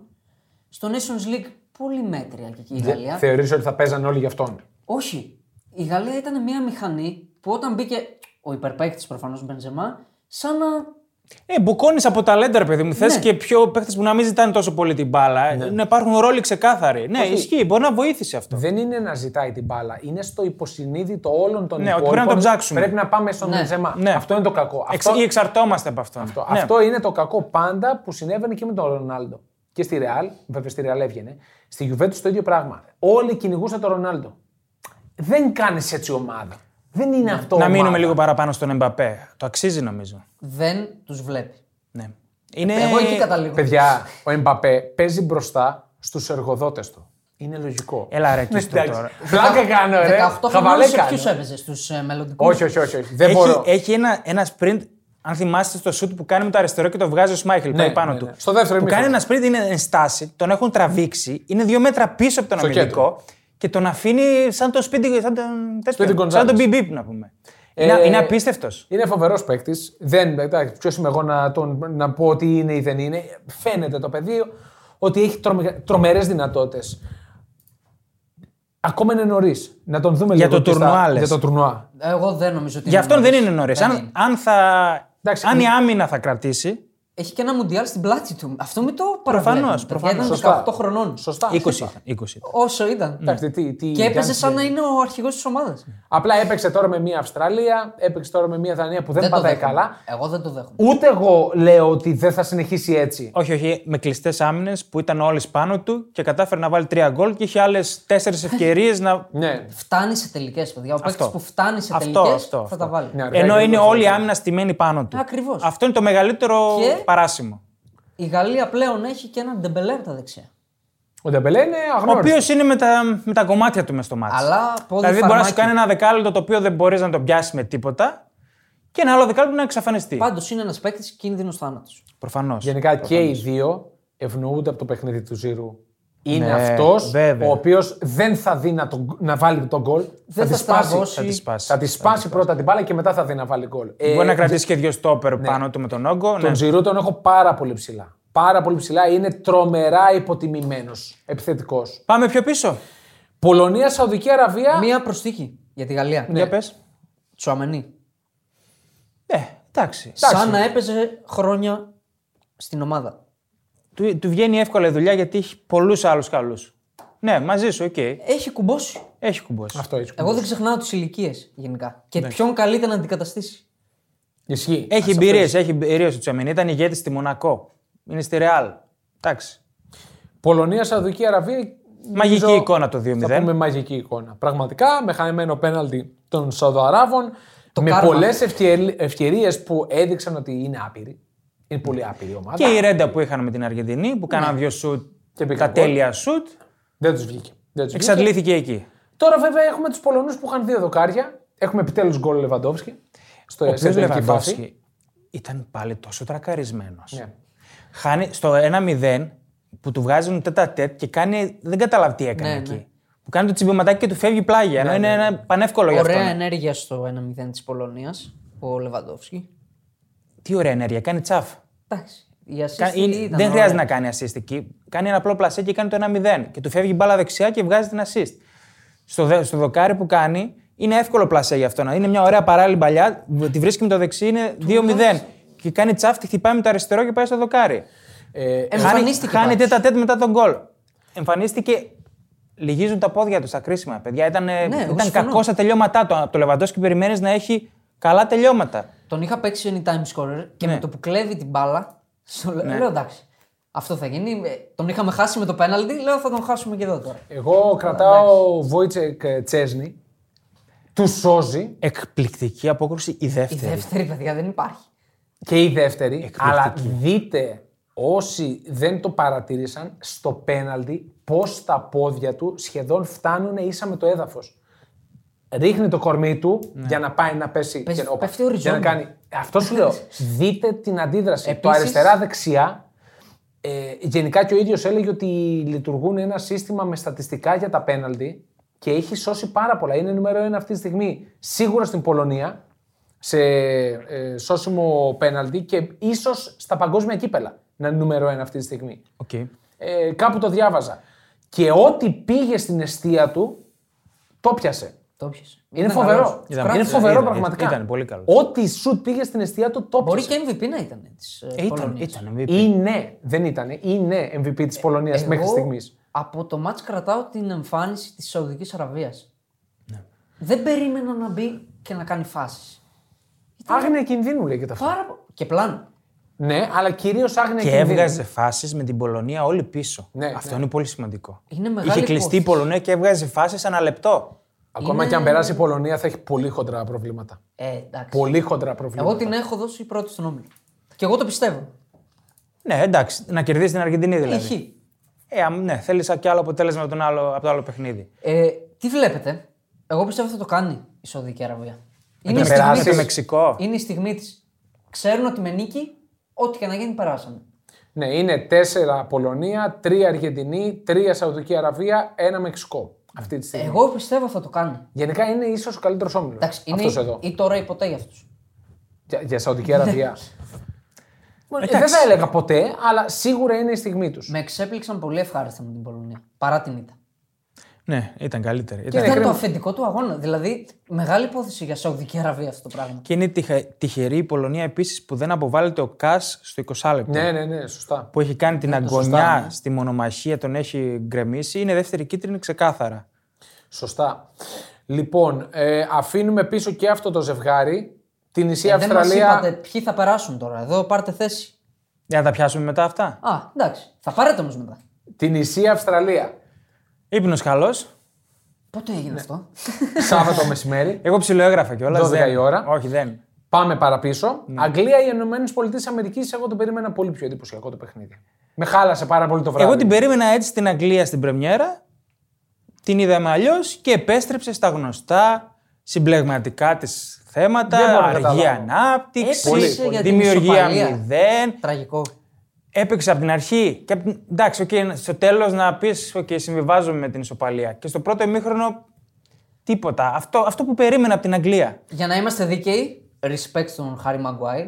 [SPEAKER 3] Στο Nations League πολύ μέτρια και εκεί
[SPEAKER 2] Ναι,
[SPEAKER 3] η Γαλλία.
[SPEAKER 2] Θεωρείς ότι θα παίζανε όλοι γι' αυτόν.
[SPEAKER 3] Όχι. Η Γαλλία ήταν μια μηχανή που όταν μπήκε ο υπερπαίκτης προφανώς Μπενζεμά, σαν να.
[SPEAKER 1] Ε, μπουκώνεις από ταλέντα, ρε παιδί μου. Θες
[SPEAKER 3] Ναι.
[SPEAKER 1] και πιο παίχτε που να μην ζητάνε τόσο πολύ την μπάλα.
[SPEAKER 2] Ναι.
[SPEAKER 1] Να υπάρχουν ρόλοι ξεκάθαροι. Ναι, ισχύει, μπορεί να βοήθησε αυτό.
[SPEAKER 2] Δεν είναι να ζητάει την μπάλα. Είναι στο υποσυνείδητο όλων των
[SPEAKER 1] Ναι, ότι
[SPEAKER 2] υπόλοιπων.
[SPEAKER 1] πρέπει να τον ψάξουμε.
[SPEAKER 2] Πρέπει να πάμε στον
[SPEAKER 3] Ναι.
[SPEAKER 2] Μπενζεμά.
[SPEAKER 1] Ναι.
[SPEAKER 2] Αυτό είναι το κακό.
[SPEAKER 1] Εξ,
[SPEAKER 2] Αυτό,
[SPEAKER 1] Ή εξαρτώμαστε από αυτόν.
[SPEAKER 2] αυτό,
[SPEAKER 1] Ναι.
[SPEAKER 2] αυτό είναι το κακό πάντα που συνέβαινε και με τον Ρονάλντο. Και στη Ρεάλ, βέβαια στη Ρεάλ έβγαινε. Στη Γιουβέντους το ίδιο πράγμα. Όλοι κυνηγούσαν τον Ρονάλντο. Δεν κάνεις έτσι ομάδα. Δεν
[SPEAKER 3] Ναι.
[SPEAKER 2] είναι αυτό.
[SPEAKER 1] Να
[SPEAKER 2] ομάδα.
[SPEAKER 1] μείνουμε λίγο παραπάνω στον Εμπαπέ. Το αξίζει νομίζω.
[SPEAKER 3] δεν τους βλέπει.
[SPEAKER 1] Ναι. Είναι...
[SPEAKER 3] Εγώ εκεί καταλήγω.
[SPEAKER 2] Παιδιά, ο Εμπαπέ παίζει μπροστά στους εργοδότες του. Είναι λογικό.
[SPEAKER 1] Έλα ρε, Κίστρο,
[SPEAKER 2] Εντάξει.
[SPEAKER 1] τώρα.
[SPEAKER 2] Πλάκα κάνω, ε, ρε.
[SPEAKER 3] 18
[SPEAKER 2] Χαβαλέ
[SPEAKER 3] Ε, χρόνια σε
[SPEAKER 2] κάνω.
[SPEAKER 3] ποιου έβαιζε, στου ε, μελλοντικούς.
[SPEAKER 2] Όχι, όχι, όχι. όχι. Δεν
[SPEAKER 1] Έχει,
[SPEAKER 2] μπορώ.
[SPEAKER 1] έχει ένα, ένα sprint, αν θυμάστε στο σουτ που κάνει με το αριστερό και το βγάζει ο Σμάιχελ πάει πάνω
[SPEAKER 2] ναι,
[SPEAKER 1] του.
[SPEAKER 2] ναι. Στο δεύτερο
[SPEAKER 1] Που
[SPEAKER 2] ημίχρονο.
[SPEAKER 1] κάνει ένα sprint, είναι εν στάση, τον έχουν τραβήξει, είναι δύο μέτρα πίσω από τον
[SPEAKER 2] Στο
[SPEAKER 1] αμυντικό και τον αφήνει σαν το σπίτι, σαν τον,
[SPEAKER 2] Σπίτι
[SPEAKER 1] σαν τον
[SPEAKER 2] Γκονζάλες.
[SPEAKER 1] BB να πούμε.
[SPEAKER 2] Ε,
[SPEAKER 1] είναι, είναι απίστευτος.
[SPEAKER 2] Είναι φοβερός παίκτης. Δεν, εντάξει, ποιος είμαι εγώ να, τον, να πω ότι είναι ή δεν είναι. Φαίνεται το παιδί ότι έχει τρομε, τρομερές δυνατότητες. Ακόμα είναι νωρίς. Να τον δούμε
[SPEAKER 1] Για
[SPEAKER 2] λίγο.
[SPEAKER 1] το
[SPEAKER 2] και στα-
[SPEAKER 1] τουρνουά, λες.
[SPEAKER 2] Για το τουρνουά.
[SPEAKER 3] Ε, Εγώ δεν νομίζω ότι.
[SPEAKER 1] Γι' αυτόν δεν
[SPEAKER 3] νωρίς.
[SPEAKER 1] είναι νωρίς.
[SPEAKER 3] Δεν
[SPEAKER 1] Αν,
[SPEAKER 3] είναι.
[SPEAKER 1] αν, θα,
[SPEAKER 2] ναι, Εντάξει, ναι.
[SPEAKER 1] αν η
[SPEAKER 2] είναι-
[SPEAKER 1] άμυνα θα κρατήσει.
[SPEAKER 3] Έχει και ένα μουντιάλ στην πλάτη του. Αυτό μην το
[SPEAKER 1] Προφανώς,
[SPEAKER 3] παραβλέπουμε.
[SPEAKER 1] προφανώς.
[SPEAKER 3] Ήταν
[SPEAKER 2] Σωστά.
[SPEAKER 3] 18 χρονών.
[SPEAKER 2] Σωστά.
[SPEAKER 1] 20
[SPEAKER 2] σωστά.
[SPEAKER 1] ήταν, 20 ήταν.
[SPEAKER 3] Όσο ήταν.
[SPEAKER 1] Ναι.
[SPEAKER 2] Εντάξει, τι, τι
[SPEAKER 3] Και έπαιζε
[SPEAKER 2] Γιάννης
[SPEAKER 3] σαν να
[SPEAKER 2] λέει.
[SPEAKER 3] είναι ο αρχηγός της ομάδας.
[SPEAKER 2] Απλά έπαιξε τώρα με μια Αυστραλία, έπαιξε τώρα με μια Δανία που δεν, πατάει καλά.
[SPEAKER 3] Εγώ δεν το δέχομαι.
[SPEAKER 2] Ούτε εγώ λέω ότι δεν θα συνεχίσει έτσι.
[SPEAKER 1] Όχι, όχι, με κλειστές άμυνες που ήταν όλες πάνω του και κατάφερε να βάλει τρία γκολ και είχε άλλες τέσσερις
[SPEAKER 2] [LAUGHS]
[SPEAKER 1] ευκαιρίες να.
[SPEAKER 2] Ναι.
[SPEAKER 3] Φτάνει σε τελικές, παιδιά. Ο παίκτης που φτάνει σε
[SPEAKER 1] Αυτό,
[SPEAKER 3] τελικές
[SPEAKER 1] αυτό,
[SPEAKER 3] θα
[SPEAKER 1] αυτό.
[SPEAKER 3] τα βάλει.
[SPEAKER 2] Ναι, ρε.
[SPEAKER 1] Ενώ
[SPEAKER 2] Αργά,
[SPEAKER 1] είναι
[SPEAKER 2] γρήγορα,
[SPEAKER 1] όλη η
[SPEAKER 2] γρήγορα.
[SPEAKER 1] άμυνα στημένη πάνω του.
[SPEAKER 3] Ακριβώς.
[SPEAKER 1] Αυτό είναι το μεγαλύτερο
[SPEAKER 3] Και-
[SPEAKER 1] παράσημο.
[SPEAKER 3] Η Γαλλία πλέον έχει και έναν ντεμπελέ από τα δεξιά.
[SPEAKER 2] Ο Ντεμπελέ είναι
[SPEAKER 1] Ο
[SPEAKER 2] αγνώριστος.
[SPEAKER 1] οποίος είναι με τα, με τα κομμάτια του μες στο μάτι.
[SPEAKER 3] Αλλά πόδι
[SPEAKER 1] Δηλαδή μπορεί να σου
[SPEAKER 3] φαρμάκι.
[SPEAKER 1] κάνει ένα δεκάλεπτο το οποίο δεν μπορείς να το πιάσεις με τίποτα και ένα άλλο δεκάλεπτο να εξαφανιστεί.
[SPEAKER 3] Πάντως είναι ένας παίκτης κίνδυνος θάνατος.
[SPEAKER 1] Προφανώς.
[SPEAKER 2] Γενικά και οι δύο ευνοούνται από το παιχνίδι του Ζήρου. Είναι
[SPEAKER 1] Ναι,
[SPEAKER 2] αυτός αυτό
[SPEAKER 1] βέβαια.
[SPEAKER 2] ο οποίος δεν θα δει να, τον, να βάλει τον γκολ.
[SPEAKER 3] Δεν
[SPEAKER 2] τη
[SPEAKER 3] θα
[SPEAKER 2] σπάσει.
[SPEAKER 3] στραβώσει.
[SPEAKER 1] Θα τη σπάσει.
[SPEAKER 2] Θα τη σπάσει πρώτα την μπάλα και μετά θα δει να βάλει γκολ. Ε,
[SPEAKER 1] Μπορεί να κρατήσει και δύο στόπερ πάνω του με τον όγκο.
[SPEAKER 2] Τον
[SPEAKER 1] ναι.
[SPEAKER 2] Ζηρού τον έχω πάρα πολύ ψηλά. Πάρα πολύ ψηλά. Είναι τρομερά υποτιμημένος επιθετικός.
[SPEAKER 1] Πάμε πιο πίσω.
[SPEAKER 2] Πολωνία, Σαουδική Αραβία.
[SPEAKER 3] Μία προστίκη για τη Γαλλία.
[SPEAKER 2] Ναι.
[SPEAKER 1] Για πες.
[SPEAKER 3] Τσουαμενή.
[SPEAKER 1] Ε, εντάξει.
[SPEAKER 3] Σαν να έπαιζε χρόνια στην ομάδα.
[SPEAKER 1] Του, του βγαίνει εύκολα η δουλειά γιατί έχει πολλούς άλλους καλούς. Ναι, μαζί σου, οκ.
[SPEAKER 3] Έχει κουμπώσει.
[SPEAKER 1] Έχει κουμπώσει.
[SPEAKER 2] Αυτό έτσι.
[SPEAKER 3] Εγώ δεν ξεχνάω τις ηλικίες γενικά. Και ποιον καλείται να αντικαταστήσεις.
[SPEAKER 2] Ισχύει.
[SPEAKER 1] Έχει εμπειρίε, έχει εμπειρίες ο Τσουαμενή. Ήταν ηγέτης στη Μονακό. Είναι στη Ρεάλ. Εντάξει.
[SPEAKER 2] Πολωνία, Σαουδική Αραβία.
[SPEAKER 1] Μαγική
[SPEAKER 2] νομίζω,
[SPEAKER 1] εικόνα το 2-0.
[SPEAKER 2] Θα πούμε μαγική εικόνα. Πραγματικά με χαμένο πέναλτι των Σαουδοαράβων. με
[SPEAKER 3] κάρμα.
[SPEAKER 2] πολλέ ευκαιρίες που έδειξαν ότι είναι άπειροι. Είναι πολύ άπειρη η ομάδα.
[SPEAKER 1] Και η ρέντα που είχαν με την Αργεντινή που κάναν δύο σουτ.
[SPEAKER 2] Ναι. Και μπήκαν
[SPEAKER 1] Τα
[SPEAKER 2] γκολ.
[SPEAKER 1] τέλεια σουτ.
[SPEAKER 2] Δεν τους βγήκε. Ε, Δεν τους βγήκε.
[SPEAKER 1] Εξαντλήθηκε εκεί.
[SPEAKER 2] Τώρα βέβαια έχουμε τους Πολωνούς που είχαν δύο δοκάρια. Έχουμε επιτέλους γκολ Λεβαντόφσκι. Στο
[SPEAKER 1] Ο οποίος
[SPEAKER 2] σε τελική φάση.
[SPEAKER 1] Λεβαντόφσκι ήταν πάλι τόσο τρακαρισμένος.
[SPEAKER 2] Ναι.
[SPEAKER 1] Χάνει στο 1-0 που του βγάζουν τέτα τέτ και κάνει. Δεν καταλάβει τι έκανε
[SPEAKER 3] Ναι,
[SPEAKER 1] εκεί.
[SPEAKER 3] ναι.
[SPEAKER 1] Που κάνει το τσιμπηματάκι και του φεύγει πλάγια.
[SPEAKER 2] Ναι,
[SPEAKER 1] Ενώ είναι ένα πανεύκολο για
[SPEAKER 3] Ωραία
[SPEAKER 1] αυτόν.
[SPEAKER 3] ενέργεια στο 1-0 της Πολωνίας. Ο Λεβαντόφσκι.
[SPEAKER 1] Τι ωραία ενέργεια, κάνει τσαφ.
[SPEAKER 3] Εντάξει. Η assist
[SPEAKER 1] Κα- είναι-
[SPEAKER 3] τι ήταν,
[SPEAKER 1] δεν
[SPEAKER 3] ωραία.
[SPEAKER 1] χρειάζεται να κάνει assist εκεί. Κάνει ένα απλό πλασέ και κάνει το 1-0. Και του φεύγει η μπάλα δεξιά και βγάζει την assist. Στο, δε- στο δοκάρι που κάνει είναι εύκολο πλασέ για αυτό. να- Είναι μια ωραία παράλληλη παλιά. Τη βρίσκει με το δεξί, είναι 2-0. Και κάνει τσάφτη, χτυπάει με το αριστερό και πάει στο δοκάρι.
[SPEAKER 2] Ε,
[SPEAKER 1] Χάνει,
[SPEAKER 3] Εμφανίστηκε.
[SPEAKER 1] χάνει
[SPEAKER 3] πάντως.
[SPEAKER 1] τέτα τέτ μετά τον γκολ. Εμφανίστηκε. Λυγίζουν τα πόδια τους στα κρίσιμα. Παιδιά, ήταν,
[SPEAKER 3] Ναι, εγώ
[SPEAKER 1] ήταν
[SPEAKER 3] συμφωνώ.
[SPEAKER 1] κακό στα τελειώματά του. Από το Λεβαντόσκι περιμένεις να έχει καλά τελειώματα.
[SPEAKER 3] Τον είχα παίξει anytime scorer και
[SPEAKER 1] Ναι.
[SPEAKER 3] με το που κλέβει την μπάλα. Σου λέω, λέω εντάξει. Αυτό θα γίνει. Ε, Τον είχαμε χάσει με το πέναλτι. Λέω θα τον χάσουμε και εδώ τώρα.
[SPEAKER 2] Εγώ κρατάω Βόιτσεκ ε, Τσέσνη. Του σώζει
[SPEAKER 1] Εκπληκτική απόκρουση η
[SPEAKER 3] Η
[SPEAKER 1] δεύτερη.
[SPEAKER 3] δεύτερη παιδιά δεν υπάρχει.
[SPEAKER 2] και η δεύτερη. Αλλά δείτε όσοι δεν το παρατηρήσαν στο πέναλτι πώς τα πόδια του σχεδόν φτάνουν ίσα με το έδαφος. Ρίχνει το κορμί του για να πάει να πέσει.
[SPEAKER 3] Πες-
[SPEAKER 2] και να- όπα,
[SPEAKER 3] πέφτει
[SPEAKER 2] για να
[SPEAKER 3] οριζόντια.
[SPEAKER 2] κάνει. Αυτό σου λέω. [LAUGHS] Δείτε την αντίδραση. Το
[SPEAKER 3] Επίσης-
[SPEAKER 2] αριστερά-δεξιά Ε, γενικά και ο ίδιος έλεγε ότι λειτουργούν ένα σύστημα με στατιστικά για τα πέναλτι και έχει σώσει πάρα πολλά. Είναι νούμερο ένα αυτή τη στιγμή σίγουρα στην Πολωνία σε ε, σώσιμο πέναλτι και ίσως στα παγκόσμια κύπελα να είναι νούμερο ένα αυτή τη στιγμή.
[SPEAKER 1] Okay.
[SPEAKER 2] Ε, κάπου το διάβαζα. Και ό,τι πήγε στην αιστεία του, το πιάσε.
[SPEAKER 3] Το πιασε.
[SPEAKER 2] Είναι
[SPEAKER 3] Ήταν
[SPEAKER 2] φοβερό.
[SPEAKER 3] καλός.
[SPEAKER 1] Ήταν-
[SPEAKER 3] Κράτησε.
[SPEAKER 2] είναι φοβερό
[SPEAKER 1] ήταν-
[SPEAKER 2] πραγματικά.
[SPEAKER 1] ήταν πολύ καλός.
[SPEAKER 2] Ό,τι σουτ πήγε στην αιστεία του, το
[SPEAKER 3] Μπορεί
[SPEAKER 2] πιάσε.
[SPEAKER 3] και MVP να ήταν της.
[SPEAKER 1] Ε, ήταν, ήταν. MVP.
[SPEAKER 2] Είναι, ναι, δεν ήταν, είναι MVP
[SPEAKER 3] Ε,
[SPEAKER 2] τη Πολωνία μέχρι στιγμής.
[SPEAKER 3] Από το μάτς κρατάω την εμφάνιση της Σαουδικής Αραβίας.
[SPEAKER 2] Ναι.
[SPEAKER 3] Δεν περίμενα να μπει και να κάνει φάσεις.
[SPEAKER 2] Άγνοια κινδύνου λέγεται αυτό.
[SPEAKER 3] Πάρα πο- Και πλάνο.
[SPEAKER 2] Ναι, αλλά κυρίως άγνοια
[SPEAKER 1] Και
[SPEAKER 2] κινδύνου.
[SPEAKER 1] έβγαζε φάσεις με την Πολωνία όλη πίσω.
[SPEAKER 2] Ναι,
[SPEAKER 1] Αυτό
[SPEAKER 2] ναι.
[SPEAKER 1] είναι πολύ σημαντικό.
[SPEAKER 3] Είναι μεγάλη
[SPEAKER 1] Είχε κλειστεί η
[SPEAKER 3] υπόθεση.
[SPEAKER 1] Πολωνία και έβγαζε φάσεις ανά λεπτό.
[SPEAKER 2] Ακόμα
[SPEAKER 3] Είναι-
[SPEAKER 2] και αν περάσει η Πολωνία θα έχει πολύ χοντρά προβλήματα.
[SPEAKER 3] Ε, εντάξει.
[SPEAKER 2] Πολύ χοντρά προβλήματα.
[SPEAKER 3] Εγώ την έχω δώσει πρώτη στον όμιλο. Και εγώ το πιστεύω.
[SPEAKER 1] Ναι, εντάξει, να κερδίσει την Αργεντινή δηλαδή.
[SPEAKER 3] Π.χ.
[SPEAKER 1] Ε, αμ- ναι, θέλεις και άλλο αποτέλεσμα από, τον άλλο, από το άλλο παιχνίδι.
[SPEAKER 3] Ε, τι βλέπετε, εγώ πιστεύω θα το κάνει η Σαουδική Αραβία. Είναι
[SPEAKER 2] το
[SPEAKER 3] η, στιγμή
[SPEAKER 2] περάσει.
[SPEAKER 1] με το
[SPEAKER 3] της.
[SPEAKER 1] Μεξικό.
[SPEAKER 3] είναι η στιγμή της. Ξέρουν ότι με νίκη, ό,τι και να γίνει, περάσαμε.
[SPEAKER 2] Ναι, είναι 4 Πολωνία, 3 Αργεντινή, 3 Σαουδική Αραβία, 1 Μεξικό. Αυτή τη στιγμή.
[SPEAKER 3] Εγώ πιστεύω θα το κάνει.
[SPEAKER 2] Γενικά είναι ίσως ο καλύτερος όμιλος.
[SPEAKER 3] Εντάξει, είναι
[SPEAKER 2] Αυτός εδώ.
[SPEAKER 3] ή τώρα ή ποτέ για αυτούς.
[SPEAKER 2] Για, για Σαουδική Αραβία. Ε, δεν θα έλεγα ποτέ, αλλά σίγουρα είναι η στιγμή τους.
[SPEAKER 3] Με εξέπληξαν πολύ ευχάριστα με την Πολωνία. Παρά την ήττα.
[SPEAKER 1] Ναι, ήταν καλύτερη. Ήταν...
[SPEAKER 2] Ναι,
[SPEAKER 3] Ήταν το
[SPEAKER 2] κρίμα.
[SPEAKER 3] αφεντικό του αγώνα. Δηλαδή, μεγάλη υπόθεση για Σαουδική Αραβία αυτό το πράγμα.
[SPEAKER 1] Και είναι τυχε- τυχερή η Πολωνία επίσης που δεν αποβάλλεται ο Κάς στο 20 λεπτό.
[SPEAKER 2] Ναι, ναι, ναι, σωστά.
[SPEAKER 1] Που έχει κάνει την
[SPEAKER 2] σωστά,
[SPEAKER 1] αγωνιά
[SPEAKER 2] ναι.
[SPEAKER 1] στη μονομαχία, τον έχει γκρεμίσει. Είναι δεύτερη κίτρινη ξεκάθαρα.
[SPEAKER 2] Σωστά. Λοιπόν, ε, αφήνουμε πίσω και αυτό το ζευγάρι. Την
[SPEAKER 1] Ε,
[SPEAKER 2] νησία
[SPEAKER 3] Ε, δεν μας
[SPEAKER 2] Αυστραλία.
[SPEAKER 3] είπατε ποιοι θα περάσουν τώρα. Εδώ πάρτε θέση.
[SPEAKER 1] Για να τα πιάσουμε μετά αυτά.
[SPEAKER 3] Α, εντάξει. Θα πάρετε όμως μετά.
[SPEAKER 2] Την νησία Αυστραλία.
[SPEAKER 1] [LAUGHS] Ύπνο καλός.
[SPEAKER 3] Πότε έγινε
[SPEAKER 2] Ναι.
[SPEAKER 3] αυτό. [LAUGHS]
[SPEAKER 2] Σάββατο μεσημέρι.
[SPEAKER 1] Εγώ ψηλοέγραφα κιόλας.
[SPEAKER 2] 12 η ώρα.
[SPEAKER 1] Όχι, δεν.
[SPEAKER 2] Πάμε παραπίσω.
[SPEAKER 1] Ναι.
[SPEAKER 2] Αγγλία, οι Ηνωμένε Πολιτείε Αμερικής. Εγώ το περίμενα πολύ πιο εντυπωσιακό το παιχνίδι. Με χάλασε πάρα πολύ το βράδυ.
[SPEAKER 1] Εγώ την περίμενα έτσι στην Αγγλία στην Πρεμιέρα. Την είδαμε αλλιώς και επέστρεψε στα γνωστά συμπλεγματικά της
[SPEAKER 2] Δεν
[SPEAKER 1] θέματα.
[SPEAKER 2] μπορώ να
[SPEAKER 1] Αργή
[SPEAKER 2] καταλάβω.
[SPEAKER 1] ανάπτυξη,
[SPEAKER 3] Έπαιξε για την
[SPEAKER 1] δημιουργία
[SPEAKER 3] ισοπαλία.
[SPEAKER 1] μηδέν.
[SPEAKER 3] Τραγικό.
[SPEAKER 1] Έπαιξε από την αρχή. Και απ' την- Εντάξει, okay, στο τέλος να πεις: OK, συμβιβάζομαι με την ισοπαλία. Και στο πρώτο ημίχρονο τίποτα. Αυτό, αυτό που περίμενα από την Αγγλία.
[SPEAKER 3] Για να είμαστε δίκαιοι, respect στον Χάρη Μαγκουάιρ.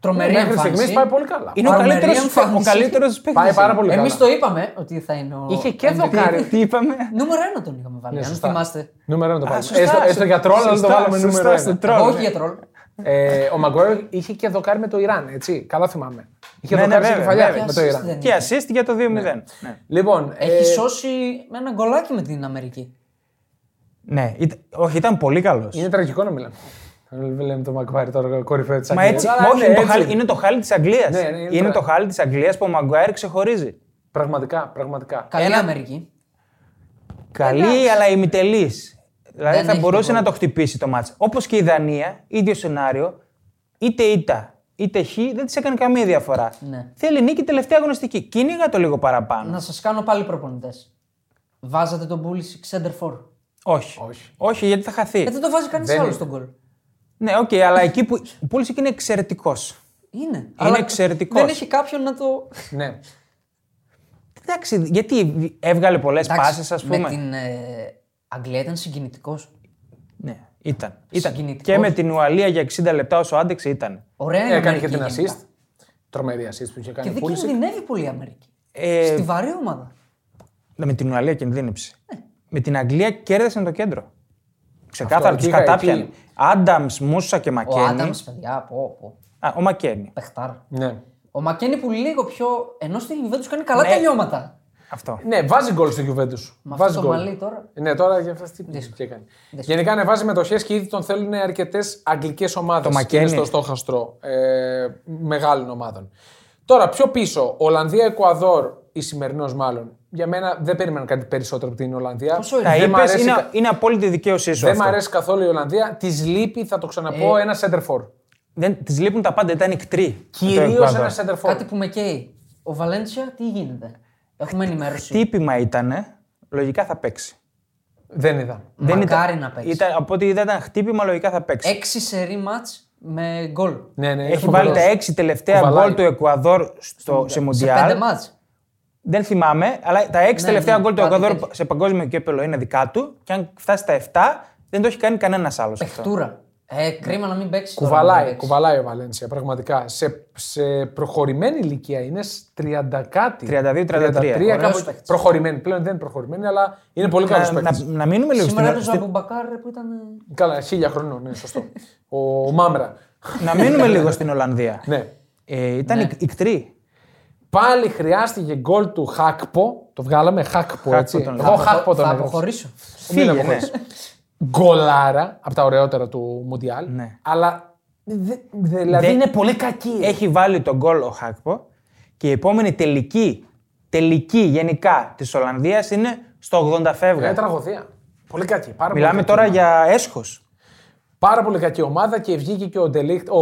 [SPEAKER 3] Τρομερή
[SPEAKER 2] Ναι, Μέχρι στιγμή
[SPEAKER 3] εμφάνιση.
[SPEAKER 2] πάει πολύ καλά.
[SPEAKER 1] Είναι ο
[SPEAKER 3] Παρομερή
[SPEAKER 1] καλύτερο ο
[SPEAKER 3] εμφάνιση.
[SPEAKER 1] καλύτερος παίκτης.
[SPEAKER 2] Πάει πάρα πολύ καλά.
[SPEAKER 3] Εμεί το είπαμε ότι θα είναι ο.
[SPEAKER 2] Είχε και
[SPEAKER 3] MVP.
[SPEAKER 2] δοκάρι.
[SPEAKER 1] [LAUGHS] Τι είπαμε.
[SPEAKER 3] Νούμερο ένα τον είχαμε βάλει,
[SPEAKER 2] Ναι,
[SPEAKER 3] αν
[SPEAKER 2] σωστά.
[SPEAKER 3] θυμάστε.
[SPEAKER 2] Νούμερο 1 το
[SPEAKER 1] Α,
[SPEAKER 2] πάμε.
[SPEAKER 1] σωστά,
[SPEAKER 2] Έστω, έστω
[SPEAKER 1] σωστά,
[SPEAKER 2] για τρόλ, αλλά το
[SPEAKER 1] σωστά,
[SPEAKER 2] βάλαμε
[SPEAKER 1] σωστά,
[SPEAKER 2] νούμερο
[SPEAKER 1] στο
[SPEAKER 2] 1.
[SPEAKER 1] τρόλ.
[SPEAKER 3] Εγώ
[SPEAKER 1] ναι.
[SPEAKER 3] όχι για τρόλ.
[SPEAKER 2] Ε, ο Μαγκουέρ είχε και δοκάρι με το Ιράν, έτσι. Καλά θυμάμαι. Είχε
[SPEAKER 1] Ναι, ναι,
[SPEAKER 2] δοκάρι στην
[SPEAKER 1] βέβαια,
[SPEAKER 2] κεφαλιά
[SPEAKER 1] βέβαια.
[SPEAKER 2] με το Ιράν.
[SPEAKER 3] Δεν
[SPEAKER 1] Και assist για το 2-0. Ναι.
[SPEAKER 2] Λοιπόν,
[SPEAKER 3] Έχει
[SPEAKER 2] ε,
[SPEAKER 3] σώσει με ένα γκολάκι με την Αμερική.
[SPEAKER 1] Ναι, ήταν- όχι, ήταν πολύ καλός.
[SPEAKER 2] είναι τραγικό να μιλάμε. Λέμε το Μαγκουάρι τώρα κορυφαίο της
[SPEAKER 1] Μα έτσι,
[SPEAKER 2] αλλά
[SPEAKER 1] όχι,
[SPEAKER 2] ναι,
[SPEAKER 1] είναι, το
[SPEAKER 2] έτσι
[SPEAKER 1] χάλι, είναι το χάλι της Αγγλίας.
[SPEAKER 2] Ναι, ναι, είναι
[SPEAKER 1] είναι,
[SPEAKER 2] τώρα.
[SPEAKER 1] το χάλι της Αγγλίας που ο Μαγκουάιρ ξεχωρίζει.
[SPEAKER 2] Πραγματικά, πραγματικά.
[SPEAKER 3] Καλή Αμερική.
[SPEAKER 1] Καλή, αλλά ημιτελής. Δηλαδή
[SPEAKER 3] Δεν
[SPEAKER 1] θα
[SPEAKER 3] έχει
[SPEAKER 1] μπορούσε
[SPEAKER 3] τίποτα.
[SPEAKER 1] να το χτυπήσει το μάτς. Όπως και η Δανία, ίδιο σενάριο, είτε ήττα είτε χ, δεν της έκανε καμία διαφορά.
[SPEAKER 3] Ναι.
[SPEAKER 1] Θέλει νίκη τελευταία αγωνιστική. Κυνήγα το λίγο παραπάνω.
[SPEAKER 3] Να σας κάνω πάλι προπονητές. Βάζατε τον Πούλisic center for.
[SPEAKER 1] Όχι.
[SPEAKER 2] Όχι.
[SPEAKER 1] γιατί θα χαθεί.
[SPEAKER 3] Ε, δεν το βάζει κανείς
[SPEAKER 2] Δεν
[SPEAKER 3] άλλο
[SPEAKER 2] είναι.
[SPEAKER 3] στον γκολ.
[SPEAKER 1] Ναι, οκ, αλλά εκεί που. Ο Πούλησικ είναι εξαιρετικός.
[SPEAKER 3] Είναι. Αλλά
[SPEAKER 1] εξαιρετικός.
[SPEAKER 3] Δεν έχει κάποιον να το.
[SPEAKER 2] Ναι.
[SPEAKER 1] Ε, Εντάξει, γιατί έβγαλε πολλές
[SPEAKER 3] Εντάξει,
[SPEAKER 1] πάσει, α πούμε.
[SPEAKER 3] Με την ε, Αγγλία ήταν συγκινητικός.
[SPEAKER 1] Ναι, ήταν. ήταν.
[SPEAKER 3] Συγκινητικός.
[SPEAKER 1] Και με την Ουαλία για 60 λεπτά όσο άντεξε ήταν.
[SPEAKER 3] Ωραία είναι. η
[SPEAKER 1] ναι,
[SPEAKER 2] Ε, Έκανε και
[SPEAKER 3] Αμερική
[SPEAKER 2] την
[SPEAKER 3] γενικά.
[SPEAKER 2] assist. Τρομερή assist που είχε κάνει.
[SPEAKER 3] Και δεν
[SPEAKER 2] Πούλησε-
[SPEAKER 3] κινδυνεύει πολύ η Αμερική.
[SPEAKER 1] Ε,
[SPEAKER 3] Στη βαρύ ομάδα.
[SPEAKER 1] Ναι, με την Ουαλία κινδύνεψε. Με την Αγγλία κέρδισαν το κέντρο. Ξεκάθαρα
[SPEAKER 2] εκεί
[SPEAKER 1] του
[SPEAKER 2] είχα-
[SPEAKER 1] κατάπιαν.
[SPEAKER 2] εκεί-
[SPEAKER 1] Άνταμ, Μούσα και
[SPEAKER 3] Ο Άνταμ,
[SPEAKER 1] Μακένι.
[SPEAKER 3] παιδιά, πω, πω.
[SPEAKER 1] Α, ο Μακένι.
[SPEAKER 3] Πεχτάρα.
[SPEAKER 2] Ναι.
[SPEAKER 3] Ο Μακένι που λίγο πιο. ενώ στη Γιουβέντου κάνει καλά
[SPEAKER 1] Ναι.
[SPEAKER 3] τελειώματα.
[SPEAKER 1] Αυτό.
[SPEAKER 2] Ναι, βάζει γκολ στο Γιουβέντου.
[SPEAKER 3] Με
[SPEAKER 2] Βάζει
[SPEAKER 3] αυτό το
[SPEAKER 2] γκολ.
[SPEAKER 3] μαλλί τώρα.
[SPEAKER 2] Ναι, τώρα για αυτά τι τι έκανε. Γενικά ανεβάζει μετοχέ και ήδη τον θέλουν αρκετές αγγλικές ομάδες.
[SPEAKER 1] Το Μακένι.
[SPEAKER 2] στο στόχαστρο ε, μεγάλων ομάδων. Τώρα, πιο πίσω, Ολλανδία, Εκουαδόρ, η σημερινός μάλλον. Για μένα δεν περίμενα κάτι περισσότερο από την Ολλανδία.
[SPEAKER 3] Πόσο
[SPEAKER 1] Τα
[SPEAKER 2] δεν μ'
[SPEAKER 1] είπες,
[SPEAKER 2] αρέσει,
[SPEAKER 1] είναι,
[SPEAKER 2] κα-
[SPEAKER 1] είναι απόλυτη δικαίωσή σου.
[SPEAKER 2] δεν μ'
[SPEAKER 1] αυτό.
[SPEAKER 2] αρέσει καθόλου η Ολλανδία. Της λείπει, θα το ξαναπώ,
[SPEAKER 3] Ε,
[SPEAKER 2] ένα σέντερφορ.
[SPEAKER 1] Δεν, της λείπουν τα πάντα, ήταν νικτρή.
[SPEAKER 2] Κυρίω ένα σέντερφορ.
[SPEAKER 3] Κάτι που με καίει. Ο Βαλένσια, τι γίνεται. Έχουμε ενημέρωση.
[SPEAKER 1] Τύπημα ήταν, λογικά θα παίξει.
[SPEAKER 2] Δεν είδα.
[SPEAKER 3] Μακάρι
[SPEAKER 1] ήταν,
[SPEAKER 3] να παίξει.
[SPEAKER 1] Ήταν, από ό,τι είδα ήταν χτύπημα, λογικά θα παίξει.
[SPEAKER 3] Έξι σερή μάτ με γκολ.
[SPEAKER 2] Ναι, ναι,
[SPEAKER 1] Έχει
[SPEAKER 2] είναι
[SPEAKER 1] βάλει τα
[SPEAKER 2] φοβερός.
[SPEAKER 1] έξι τελευταία
[SPEAKER 2] Κουβαλάει.
[SPEAKER 1] γκολ του Εκουαδόρ στο, σε
[SPEAKER 3] Σε πέντε
[SPEAKER 1] Μουντιάλ.
[SPEAKER 3] μάτ.
[SPEAKER 1] Δεν θυμάμαι, αλλά τα έξι
[SPEAKER 3] Ναι,
[SPEAKER 1] τελευταία
[SPEAKER 3] ναι,
[SPEAKER 1] γκολ του
[SPEAKER 3] κάτι
[SPEAKER 1] Εκουαδόρ
[SPEAKER 3] τέτοιο.
[SPEAKER 1] σε παγκόσμιο κύπελο είναι δικά του. Και αν φτάσει στα 7, δεν το έχει κάνει κανένας άλλος.
[SPEAKER 3] Πεχτούρα. Ε, κρίμα να μην παίξεις. τώρα, να
[SPEAKER 2] Κουβαλάει,
[SPEAKER 3] μην παίξεις.
[SPEAKER 2] κουβαλάει ο Βαλένσια, πραγματικά. Σε, σε προχωρημένη ηλικία είναι σ- 30 κάτι.
[SPEAKER 1] 32, 33.
[SPEAKER 2] κάπου εκεί.
[SPEAKER 3] παίκτης.
[SPEAKER 2] προχωρημένη, πλέον δεν είναι προχωρημένη, αλλά είναι πολύ καλό
[SPEAKER 1] Ε, Να,
[SPEAKER 2] παίκτης.
[SPEAKER 1] να, να μείνουμε λίγο
[SPEAKER 3] Σήμερα
[SPEAKER 1] στην,
[SPEAKER 3] έπαιζε ο Αμπουμπακάρ που ήταν. ε,
[SPEAKER 2] Καλά, χίλια χρονών, ναι, σωστό. ο, ο Μάμρα.
[SPEAKER 1] να μείνουμε λίγο στην Ολλανδία.
[SPEAKER 2] ναι.
[SPEAKER 1] Ε, ήταν ναι. ικτρή.
[SPEAKER 2] Πάλι χρειάστηκε γκολ του Χάκπο. Το βγάλαμε Χάκπο, έτσι.
[SPEAKER 1] τον
[SPEAKER 2] Εγώ
[SPEAKER 1] λέγαμε.
[SPEAKER 2] Χάκπο τον
[SPEAKER 3] Θα
[SPEAKER 2] έγραψα.
[SPEAKER 3] αποχωρήσω.
[SPEAKER 2] Μην
[SPEAKER 1] Φύγε, ναι.
[SPEAKER 2] αποχωρήσεις. Γκολάρα από τα ωραιότερα του Μουντιάλ.
[SPEAKER 1] Ναι.
[SPEAKER 2] Αλλά δε- δε- δηλαδή
[SPEAKER 1] Δεν-
[SPEAKER 2] είναι πολύ κακή.
[SPEAKER 3] Ε,
[SPEAKER 1] Έχει βάλει τον γκολ ο Χάκπο και η επόμενη τελική, τελική γενικά της Ολλανδίας είναι στο 80 φεύγα.
[SPEAKER 2] Είναι τραγωδία. Πολύ κακή. Πάρα Ε, πολύ
[SPEAKER 1] Μιλάμε
[SPEAKER 2] κακή
[SPEAKER 1] τώρα
[SPEAKER 2] ομάδα.
[SPEAKER 1] για έσχος.
[SPEAKER 2] Πάρα πολύ κακή ομάδα και βγήκε και ο Ντελίχτ. Ο,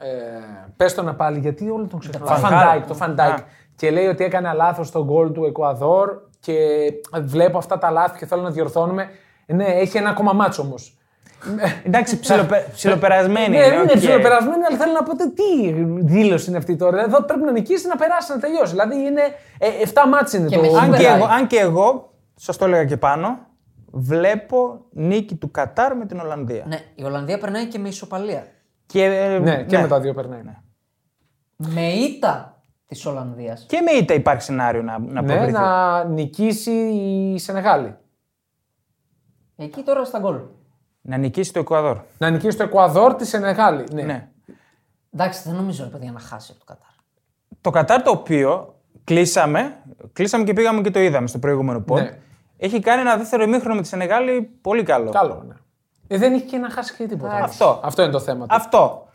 [SPEAKER 2] ε, πες το να πάλι, γιατί όλοι τον ξεχνάμε.
[SPEAKER 1] Van
[SPEAKER 2] Van Dijk,
[SPEAKER 1] Gaal.
[SPEAKER 2] το Van
[SPEAKER 1] Α.
[SPEAKER 2] Dijk. Και λέει ότι έκανα λάθος στον γκολ του Εκουαδόρ και βλέπω αυτά τα λάθη και θέλω να διορθώνουμε. Ναι, έχει ένα ακόμα μάτσο όμως.
[SPEAKER 1] Εντάξει, ψιλοπε, ψιλοπερασμένη.
[SPEAKER 2] Ναι, είναι
[SPEAKER 1] οκ.
[SPEAKER 2] ψιλοπερασμένη, αλλά θέλω να πω ότι τι δήλωση είναι αυτή τώρα. Εδώ πρέπει να νικήσει, να περάσει, να τελειώσει. Δηλαδή είναι. Ε, 7 μάτσε είναι
[SPEAKER 3] Και
[SPEAKER 2] το.
[SPEAKER 3] με
[SPEAKER 1] Αν και,
[SPEAKER 3] Περνάει.
[SPEAKER 1] εγώ, αν και εγώ, σας το έλεγα και πάνω, βλέπω νίκη του Κατάρ με την Ολλανδία.
[SPEAKER 3] Ναι, η Ολλανδία περνάει και με ισοπαλία.
[SPEAKER 1] Και, ε,
[SPEAKER 2] Ναι, και
[SPEAKER 1] ναι.
[SPEAKER 2] με τα δύο περνάει.
[SPEAKER 3] Με ήττα της Ολλανδίας.
[SPEAKER 1] Και με ήττα υπάρχει σενάριο να, να
[SPEAKER 2] Ναι,
[SPEAKER 1] προβληθεί.
[SPEAKER 2] να νικήσει η Σενεγάλη.
[SPEAKER 3] Εκεί τώρα στα γκολ.
[SPEAKER 1] Να νικήσει το Εκουαδόρ.
[SPEAKER 2] Να νικήσει το Εκουαδόρ τη Σενεγάλη. Ναι.
[SPEAKER 1] Ναι.
[SPEAKER 3] Εντάξει, δεν νομίζω ρε παιδιά να χάσει από το Κατάρ.
[SPEAKER 1] Το Κατάρ το οποίο κλείσαμε, κλείσαμε και πήγαμε και το είδαμε στο προηγούμενο pod.
[SPEAKER 2] Ναι.
[SPEAKER 1] Έχει κάνει ένα δεύτερο ημίχρονο με τη Σενεγάλη πολύ καλό.
[SPEAKER 2] Καλό, ναι. Ε, δεν έχει και να χάσει και τίποτα.
[SPEAKER 1] Αυτό.
[SPEAKER 2] Αυτό είναι το θέμα. του.
[SPEAKER 1] Αυτό.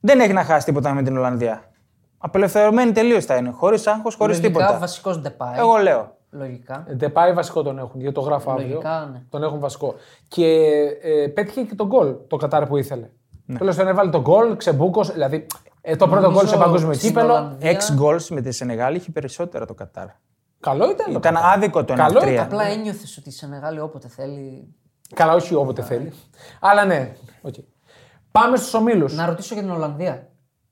[SPEAKER 1] Δεν έχει να χάσει τίποτα με την Ολλανδία. Απελευθερωμένη τελείως θα είναι. Χωρίς άγχος, χωρίς
[SPEAKER 3] Λογικά
[SPEAKER 1] τίποτα.
[SPEAKER 3] βασικός Ντεπάι.
[SPEAKER 1] Εγώ λέω.
[SPEAKER 3] Λογικά.
[SPEAKER 2] Ντεπάι βασικό τον έχουν, γιατί το γράφω αύριο.
[SPEAKER 3] Λογικά, ναι.
[SPEAKER 2] Τον έχουν βασικό. Και ε, πέτυχε και τον γκολ το Κατάρ που ήθελε. Ναι. Τέλος τον έβαλε τον γκολ, ξεμπούκος. Δηλαδή ε, το πρώτο
[SPEAKER 3] Νομίζω
[SPEAKER 2] γκολ σε παγκόσμιο
[SPEAKER 3] στην
[SPEAKER 2] κύπελο.
[SPEAKER 3] Ολλανδία-
[SPEAKER 1] Έξι γκολ με τη Σενεγάλη είχε περισσότερα το Κατάρ.
[SPEAKER 2] Καλό ήταν. το
[SPEAKER 1] Ήταν
[SPEAKER 2] Κατάρ.
[SPEAKER 1] άδικο το 1-3.
[SPEAKER 2] Καλό ήταν.
[SPEAKER 3] Απλά ένιωθες ότι σε μεγάλη όποτε θέλει.
[SPEAKER 2] Καλά, όχι όποτε θέλει. Αλλά ναι. οκ. Πάμε στους ομίλους.
[SPEAKER 3] Να ρωτήσω για την Ολλανδία.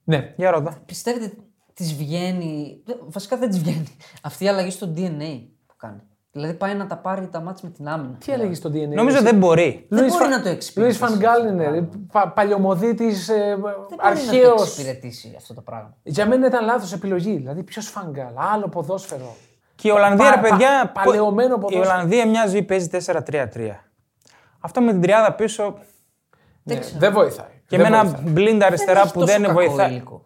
[SPEAKER 2] Ναι.
[SPEAKER 1] Για ρώτα.
[SPEAKER 3] Πιστεύετε της βγαίνει. δε- Βασικά δεν της βγαίνει. [LAUGHS] Αυτή η αλλαγή στο DNA που κάνει. Δηλαδή πάει να τα πάρει τα μάτια με την άμυνα.
[SPEAKER 2] Τι έλεγε στο DNA.
[SPEAKER 1] Νομίζω δεν μπορεί.
[SPEAKER 3] δεν μπορεί να το
[SPEAKER 2] Λουί
[SPEAKER 3] εξυπηρετήσει.
[SPEAKER 2] Φαν Γκάλ είναι πα, ε, παλαιομοδίτη,
[SPEAKER 3] Δεν μπορεί Δηλαδή, να το
[SPEAKER 2] αρχαίος.
[SPEAKER 3] εξυπηρετήσει αυτό το πράγμα.
[SPEAKER 2] Για μένα ήταν λάθος επιλογή. Δηλαδή, ποιος φαγκάλ, άλλο ποδόσφαιρο.
[SPEAKER 1] Και η Ολλανδία,
[SPEAKER 2] Πα-
[SPEAKER 1] ρε παιδιά.
[SPEAKER 2] πα- παλαιωμένο
[SPEAKER 1] Η
[SPEAKER 2] ποδόσφαιρο.
[SPEAKER 1] Ολλανδία μοιάζει παίζει 4-3-3. Αυτό με την τριάδα πίσω
[SPEAKER 3] Δεν ξέρω.
[SPEAKER 2] Ναι, Δεν βοηθάει.
[SPEAKER 1] και
[SPEAKER 2] δεν
[SPEAKER 1] με ένα
[SPEAKER 2] βοηθάει.
[SPEAKER 1] μπλίντ αριστερά
[SPEAKER 3] έχει
[SPEAKER 1] που
[SPEAKER 3] τόσο
[SPEAKER 1] δεν
[SPEAKER 3] κακό
[SPEAKER 1] βοηθάει.
[SPEAKER 3] υλικό.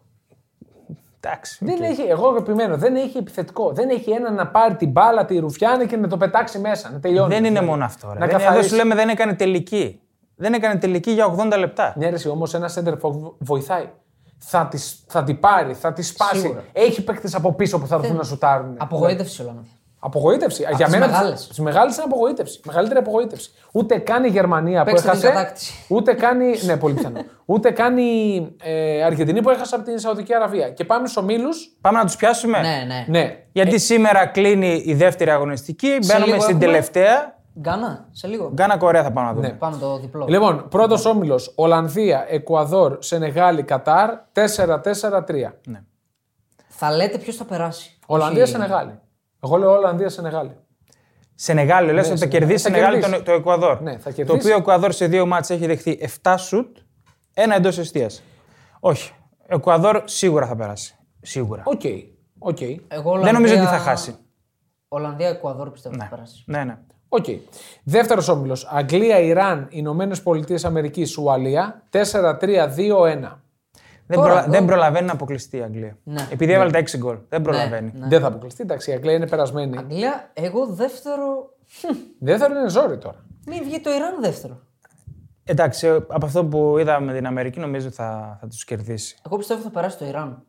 [SPEAKER 1] Εντάξει.
[SPEAKER 2] Δεν έχει, εγώ επιμένω, δεν έχει επιθετικό. Δεν έχει ένα να πάρει την μπάλα, τη ρουφιάνη και να το πετάξει μέσα. Να τελειώνει.
[SPEAKER 1] Δεν είναι
[SPEAKER 2] Δηλαδή,
[SPEAKER 1] μόνο αυτό. Ρε.
[SPEAKER 2] Να
[SPEAKER 1] Δεν, εδώ
[SPEAKER 2] καθαρίσει.
[SPEAKER 1] σου λέμε δεν έκανε τελική. Δεν έκανε τελική για 80 λεπτά.
[SPEAKER 2] Ναι, όμως ένα center forward βοηθάει. Θα τη θα τη πάρει, θα τη σπάσει.
[SPEAKER 3] Σίγουρα.
[SPEAKER 2] Έχει παίκτες από πίσω που θα έρθουν να σουτάρουν.
[SPEAKER 3] Απογοήτευση η Ολλανδία.
[SPEAKER 2] Απογοήτευση. Για
[SPEAKER 3] τις
[SPEAKER 2] μένα
[SPEAKER 3] μεγάλες.
[SPEAKER 2] τις μεγάλες είναι απογοήτευση. Μεγαλύτερη απογοήτευση. Ούτε καν η Γερμανία
[SPEAKER 3] Παίξτε
[SPEAKER 2] που
[SPEAKER 3] την
[SPEAKER 2] έχασε.
[SPEAKER 3] κατάκτηση.
[SPEAKER 2] Ούτε καν. η- ναι, πολύ πιθανό. ούτε καν η ε, Αργεντινή που έχασε από την Σαουδική Αραβία. Και πάμε στους ομίλους.
[SPEAKER 1] Πάμε να τους πιάσουμε.
[SPEAKER 3] Ναι, ναι.
[SPEAKER 2] Ναι.
[SPEAKER 1] Γιατί σήμερα κλείνει η δεύτερη αγωνιστική. Μπαίνουμε
[SPEAKER 3] λίγο
[SPEAKER 1] στην
[SPEAKER 3] έχουμε.
[SPEAKER 1] τελευταία.
[SPEAKER 3] Γκάνα, σε λίγο.
[SPEAKER 1] Γκάνα Κορέα θα πάμε να
[SPEAKER 2] Ναι,
[SPEAKER 1] δούμε.
[SPEAKER 3] Πάμε το διπλό.
[SPEAKER 2] Λοιπόν, πρώτος όμιλος Ολλανδία, Εκουαδόρ, Σενεγάλη, Κατάρ 4-4-3.
[SPEAKER 3] Θα λέτε ποιος θα περάσει.
[SPEAKER 2] Ολλανδία,
[SPEAKER 3] Όχι-
[SPEAKER 2] Σενεγάλη. Εγώ λέω Ολλανδία, Σενεγάλη.
[SPEAKER 1] Σενεγάλη, λες ότι θα
[SPEAKER 2] Σενεγάλη.
[SPEAKER 1] κερδίσει
[SPEAKER 2] Ναι, Θα
[SPEAKER 1] Σενεγάλη
[SPEAKER 2] κερδίσει.
[SPEAKER 1] τον- το Εκουαδόρ.
[SPEAKER 2] Ναι, θα
[SPEAKER 1] το
[SPEAKER 2] κερδίσει.
[SPEAKER 1] οποίο ο Εκουαδόρ σε δύο μάτς έχει δεχθεί 7 σουτ, ένα εντός αιστεία. Όχι. Εκουαδόρ σίγουρα θα περάσει. Σίγουρα.
[SPEAKER 2] Οκ. Οκ.
[SPEAKER 3] Εγώ
[SPEAKER 1] Δεν
[SPEAKER 3] Ολλανδία-
[SPEAKER 1] νομίζω ότι θα χάσει.
[SPEAKER 3] Ολλανδία, Εκουαδόρ πιστεύω ότι θα περάσει.
[SPEAKER 1] Ναι, ναι.
[SPEAKER 2] Οκ. Δεύτερος όμιλος. Αγγλία, Ιράν, Ηνωμένες Πολιτείες Αμερικής, Ουαλία. 4-3-2-1.
[SPEAKER 1] Δεν,
[SPEAKER 3] Τώρα,
[SPEAKER 1] προλα-
[SPEAKER 3] εδώ-
[SPEAKER 1] δεν προλαβαίνει να αποκλειστεί η Αγγλία.
[SPEAKER 3] Ναι.
[SPEAKER 1] Επειδή έβαλε τα 6 γκολ. Δεν προλαβαίνει.
[SPEAKER 3] Ναι.
[SPEAKER 2] Δεν θα αποκλειστεί. Εντάξει, η Αγγλία είναι περασμένη.
[SPEAKER 3] Αγγλία, εγώ δεύτερο.
[SPEAKER 2] Δεύτερο είναι ζόρι τώρα.
[SPEAKER 3] Μην βγει το Ιράν δεύτερο.
[SPEAKER 1] Εντάξει, ε, από αυτό που είδαμε την Αμερική νομίζω θα, θα τους κερδίσει.
[SPEAKER 3] Εγώ πιστεύω θα περάσει το Ιράν.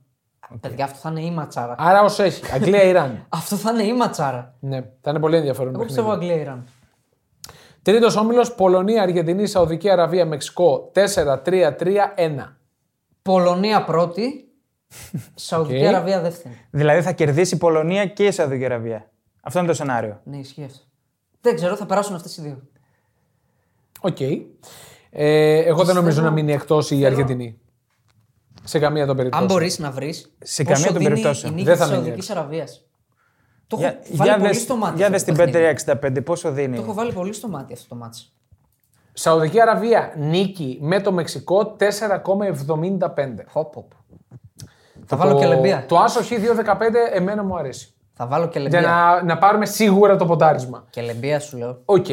[SPEAKER 3] Παιδιά, αυτό θα είναι η ματσάρα.
[SPEAKER 2] Άρα ως έχει. Αγγλία, Ιράν.
[SPEAKER 3] Αυτό θα είναι η ματσάρα.
[SPEAKER 2] ναι, θα είναι πολύ ενδιαφέρον.
[SPEAKER 3] Εγώ πιστεύω Αγγλία-Ιράν.
[SPEAKER 2] Τρίτος όμιλος. Πολωνία, Αργεντινή, Σαουδική Αραβία, Μεξικό. 4-3-3-1.
[SPEAKER 3] Πολωνία πρώτη, Σαουδική
[SPEAKER 2] Οκ.
[SPEAKER 3] Αραβία δεύτερη.
[SPEAKER 1] Δηλαδή θα κερδίσει η Πολωνία και η Σαουδική Αραβία. Αυτό είναι το σενάριο.
[SPEAKER 3] Ναι, ισχύει αυτό. Δεν ξέρω, θα περάσουν αυτές οι δύο.
[SPEAKER 2] Οκ. Ε, εγώ δεν νομίζω να μείνει εκτός η Αργεντινή. Σε καμία των περιπτώσεων.
[SPEAKER 3] Αν μπορείς να βρεις.
[SPEAKER 1] Σε καμία των περιπτώσεων.
[SPEAKER 3] Η νίκη
[SPEAKER 2] Δεν
[SPEAKER 3] της
[SPEAKER 2] θα μείνει
[SPEAKER 3] Σαουδικής
[SPEAKER 2] έξω.
[SPEAKER 3] Αραβίας. Το έχω
[SPEAKER 1] Για-
[SPEAKER 3] βάλει
[SPEAKER 1] για
[SPEAKER 3] πολύ
[SPEAKER 1] δες-
[SPEAKER 3] στο μάτι.
[SPEAKER 1] Για
[SPEAKER 3] αυτό
[SPEAKER 1] δες
[SPEAKER 3] το
[SPEAKER 1] την
[SPEAKER 3] παιχνίδι.
[SPEAKER 1] 5-3-65, πόσο
[SPEAKER 3] Το έχω
[SPEAKER 1] δίνει.
[SPEAKER 3] βάλει πολύ στο μάτι αυτό το μάτι.
[SPEAKER 2] Σαουδική Αραβία νίκη με το Μεξικό 4,75.
[SPEAKER 3] Hop, hop. Θα βάλω και λεμπία.
[SPEAKER 2] Το άσο Χ215 εμένα μου αρέσει.
[SPEAKER 3] Θα βάλω και
[SPEAKER 2] Για
[SPEAKER 3] λεμπία.
[SPEAKER 2] να, να πάρουμε σίγουρα το ποτάρισμα.
[SPEAKER 3] Και λεμπία σου λέω.
[SPEAKER 2] Οκ.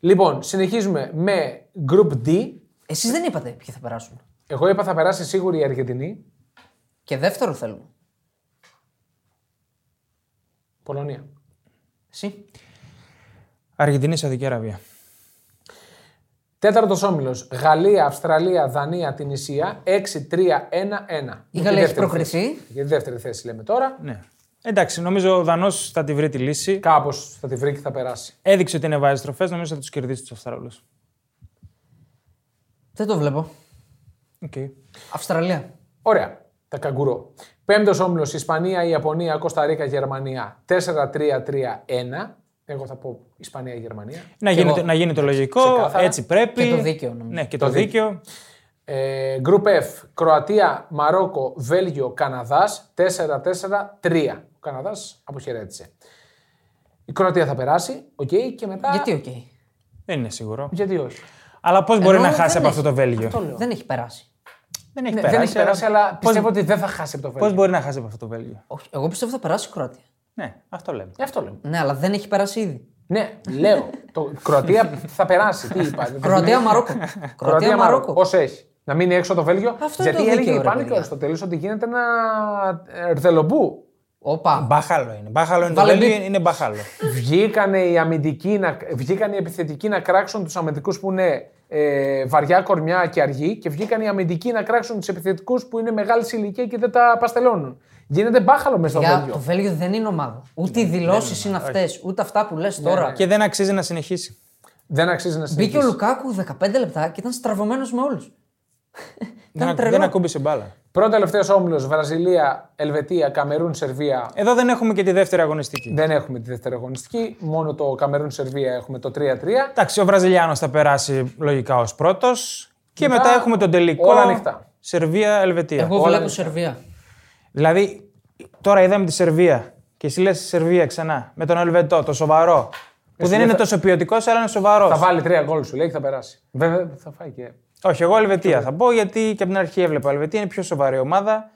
[SPEAKER 2] Λοιπόν, συνεχίζουμε με Group D.
[SPEAKER 3] Εσείς δεν είπατε ποιοι θα περάσουν.
[SPEAKER 2] Εγώ είπα θα περάσει σίγουρη η Αργεντινή.
[SPEAKER 3] Και δεύτερο θέλουμε.
[SPEAKER 2] Πολωνία.
[SPEAKER 3] Εσύ.
[SPEAKER 1] Αργεντινή Σαουδική Αραβία.
[SPEAKER 2] Τέταρτος όμιλος. Γαλλία, Αυστραλία, Δανία, Τινησία. 6-3-1-1.
[SPEAKER 3] Η
[SPEAKER 2] Για τη
[SPEAKER 3] Γαλλία έχει
[SPEAKER 2] δεύτερη
[SPEAKER 3] προκριθεί.
[SPEAKER 2] θέση. Για τη δεύτερη θέση λέμε τώρα.
[SPEAKER 1] Ναι. Εντάξει, νομίζω ο Δανός θα τη βρει τη λύση.
[SPEAKER 2] Κάπως θα τη βρει και θα περάσει.
[SPEAKER 1] Έδειξε ότι είναι βάζει τροφέ, νομίζω θα τους κερδίσει τους Αυστραλούς.
[SPEAKER 3] Δεν το βλέπω.
[SPEAKER 1] Okay.
[SPEAKER 3] Αυστραλία.
[SPEAKER 2] Ωραία. Τα καγκουρό. Πέμπτος όμιλος Ισπανία, Ιαπωνία, Κωνσταντίνα, Γερμανία. 4-3-3-1. Εγώ θα πω Ισπανία-Γερμανία.
[SPEAKER 1] Να,
[SPEAKER 2] Και
[SPEAKER 1] γίνει,
[SPEAKER 2] εγώ.
[SPEAKER 1] το- να γίνει το λογικό,
[SPEAKER 2] Ξεκάθαρα.
[SPEAKER 1] έτσι πρέπει.
[SPEAKER 3] Και το δίκαιο, νομίζω.
[SPEAKER 1] Ναι, και το, δίκαιο.
[SPEAKER 2] Ε, group F. Κροατία, Μαρόκο, Βέλγιο, Καναδάς. 4-4-3. Ο Καναδάς αποχαιρέτησε. Η Κροατία θα περάσει. Οκ, και μετά.
[SPEAKER 3] Γιατί οκ.
[SPEAKER 1] Δεν είναι σίγουρο.
[SPEAKER 2] Γιατί όχι.
[SPEAKER 1] Αλλά πώς Ε, μπορεί
[SPEAKER 3] Ενώ
[SPEAKER 1] να
[SPEAKER 3] δεν
[SPEAKER 1] χάσει από
[SPEAKER 3] έχει.
[SPEAKER 1] αυτό το Βέλγιο.
[SPEAKER 2] Αυτό λέω.
[SPEAKER 3] Δεν έχει περάσει.
[SPEAKER 1] Δεν έχει
[SPEAKER 2] Ναι,
[SPEAKER 1] περάσει.
[SPEAKER 2] δεν έχει περάσει, αλλά
[SPEAKER 1] πώς,
[SPEAKER 2] πιστεύω ότι δεν θα χάσει από το Βέλγιο.
[SPEAKER 1] πώς μπορεί να χάσει από αυτό το Βέλγιο.
[SPEAKER 3] Όχι. Εγώ πιστεύω θα περάσει η Κροατία.
[SPEAKER 1] Ναι, αυτό λέμε.
[SPEAKER 2] Ε, Αυτό λέω.
[SPEAKER 3] Ναι, αλλά δεν έχει περάσει
[SPEAKER 1] Ε,
[SPEAKER 3] ήδη.
[SPEAKER 2] Ναι, λέω. το... Κροατία θα περάσει. Τι είπα. δεν
[SPEAKER 3] Κροατία Μαρόκο. Κροατία Μαρόκο.
[SPEAKER 2] Όσο έχει. Να μείνει έξω το Βέλγιο.
[SPEAKER 3] Αυτό είναι
[SPEAKER 2] γιατί
[SPEAKER 3] το
[SPEAKER 2] έλεγε
[SPEAKER 3] δίκαιο,
[SPEAKER 2] η
[SPEAKER 3] ρε,
[SPEAKER 2] Πάνη
[SPEAKER 3] παιδιά.
[SPEAKER 2] και ο Αριστοτέλης ότι γίνεται ένα ε, ερδελομπού.
[SPEAKER 3] Όπα.
[SPEAKER 1] Μπάχαλο είναι. Μπάχαλο είναι το
[SPEAKER 3] Βάλε
[SPEAKER 1] Βέλγιο,
[SPEAKER 3] μπιπ.
[SPEAKER 1] είναι μπάχαλο.
[SPEAKER 2] Βγήκανε οι, αμυντικοί να, βγήκαν οι επιθετικοί να κράξουν τους αμυντικούς που είναι ε, βαριά κορμιά και αργοί και βγήκαν οι αμυντικοί να κράξουν τους επιθετικούς που είναι μεγάλης ηλικία και δεν τα παστελώνουν. Γίνεται μπάχαλο μέσα στο
[SPEAKER 3] Παιδιά,
[SPEAKER 2] Βέλγιο.
[SPEAKER 3] το Βέλγιο δεν είναι ομάδα. Ούτε οι
[SPEAKER 1] Ναι,
[SPEAKER 3] δηλώσεις είναι αυτέ, ούτε αυτά που λες τώρα.
[SPEAKER 1] και δεν αξίζει να συνεχίσει.
[SPEAKER 2] Δεν αξίζει να
[SPEAKER 3] Μπήκε ο
[SPEAKER 2] συνεχίσει.
[SPEAKER 3] Λουκάκου 15 λεπτά και ήταν στραβωμένος με όλους.
[SPEAKER 1] Δεν,
[SPEAKER 3] Ήταν
[SPEAKER 1] ακου- δεν
[SPEAKER 3] τρελό.
[SPEAKER 1] ακούμπησε μπάλα.
[SPEAKER 2] Πρώτο τελευταίος όμιλος Βραζιλία, Ελβετία, Καμερούν, Σερβία.
[SPEAKER 1] Εδώ δεν έχουμε και τη δεύτερη αγωνιστική.
[SPEAKER 2] Δεν έχουμε τη δεύτερη αγωνιστική. Μόνο το Καμερούν, Σερβία έχουμε το 3-3.
[SPEAKER 1] Εντάξει, ο Βραζιλιάνος θα περάσει λογικά ως πρώτος. Και μετά,
[SPEAKER 2] Μετά,
[SPEAKER 1] έχουμε τον τελικό.
[SPEAKER 2] όλα ανοιχτά.
[SPEAKER 1] Σερβία-Ελβετία.
[SPEAKER 3] Εγώ
[SPEAKER 2] Όλα
[SPEAKER 3] βλέπω
[SPEAKER 2] είναι.
[SPEAKER 3] Σερβία.
[SPEAKER 1] Δηλαδή, τώρα είδαμε τη Σερβία και εσύ λες Σερβία ξανά με τον Ελβετό, το σοβαρό. Που δεν
[SPEAKER 2] λέει
[SPEAKER 1] είναι
[SPEAKER 2] θα-
[SPEAKER 1] τόσο ποιοτικός, αλλά είναι σοβαρός.
[SPEAKER 2] Θα βάλει τρία γκολ σου λέει και θα περάσει. Βέβαια θα φάει και.
[SPEAKER 1] Όχι, εγώ Ελβετία θα πω γιατί και από την αρχή έβλεπα. Ελβετία είναι πιο σοβαρή ομάδα.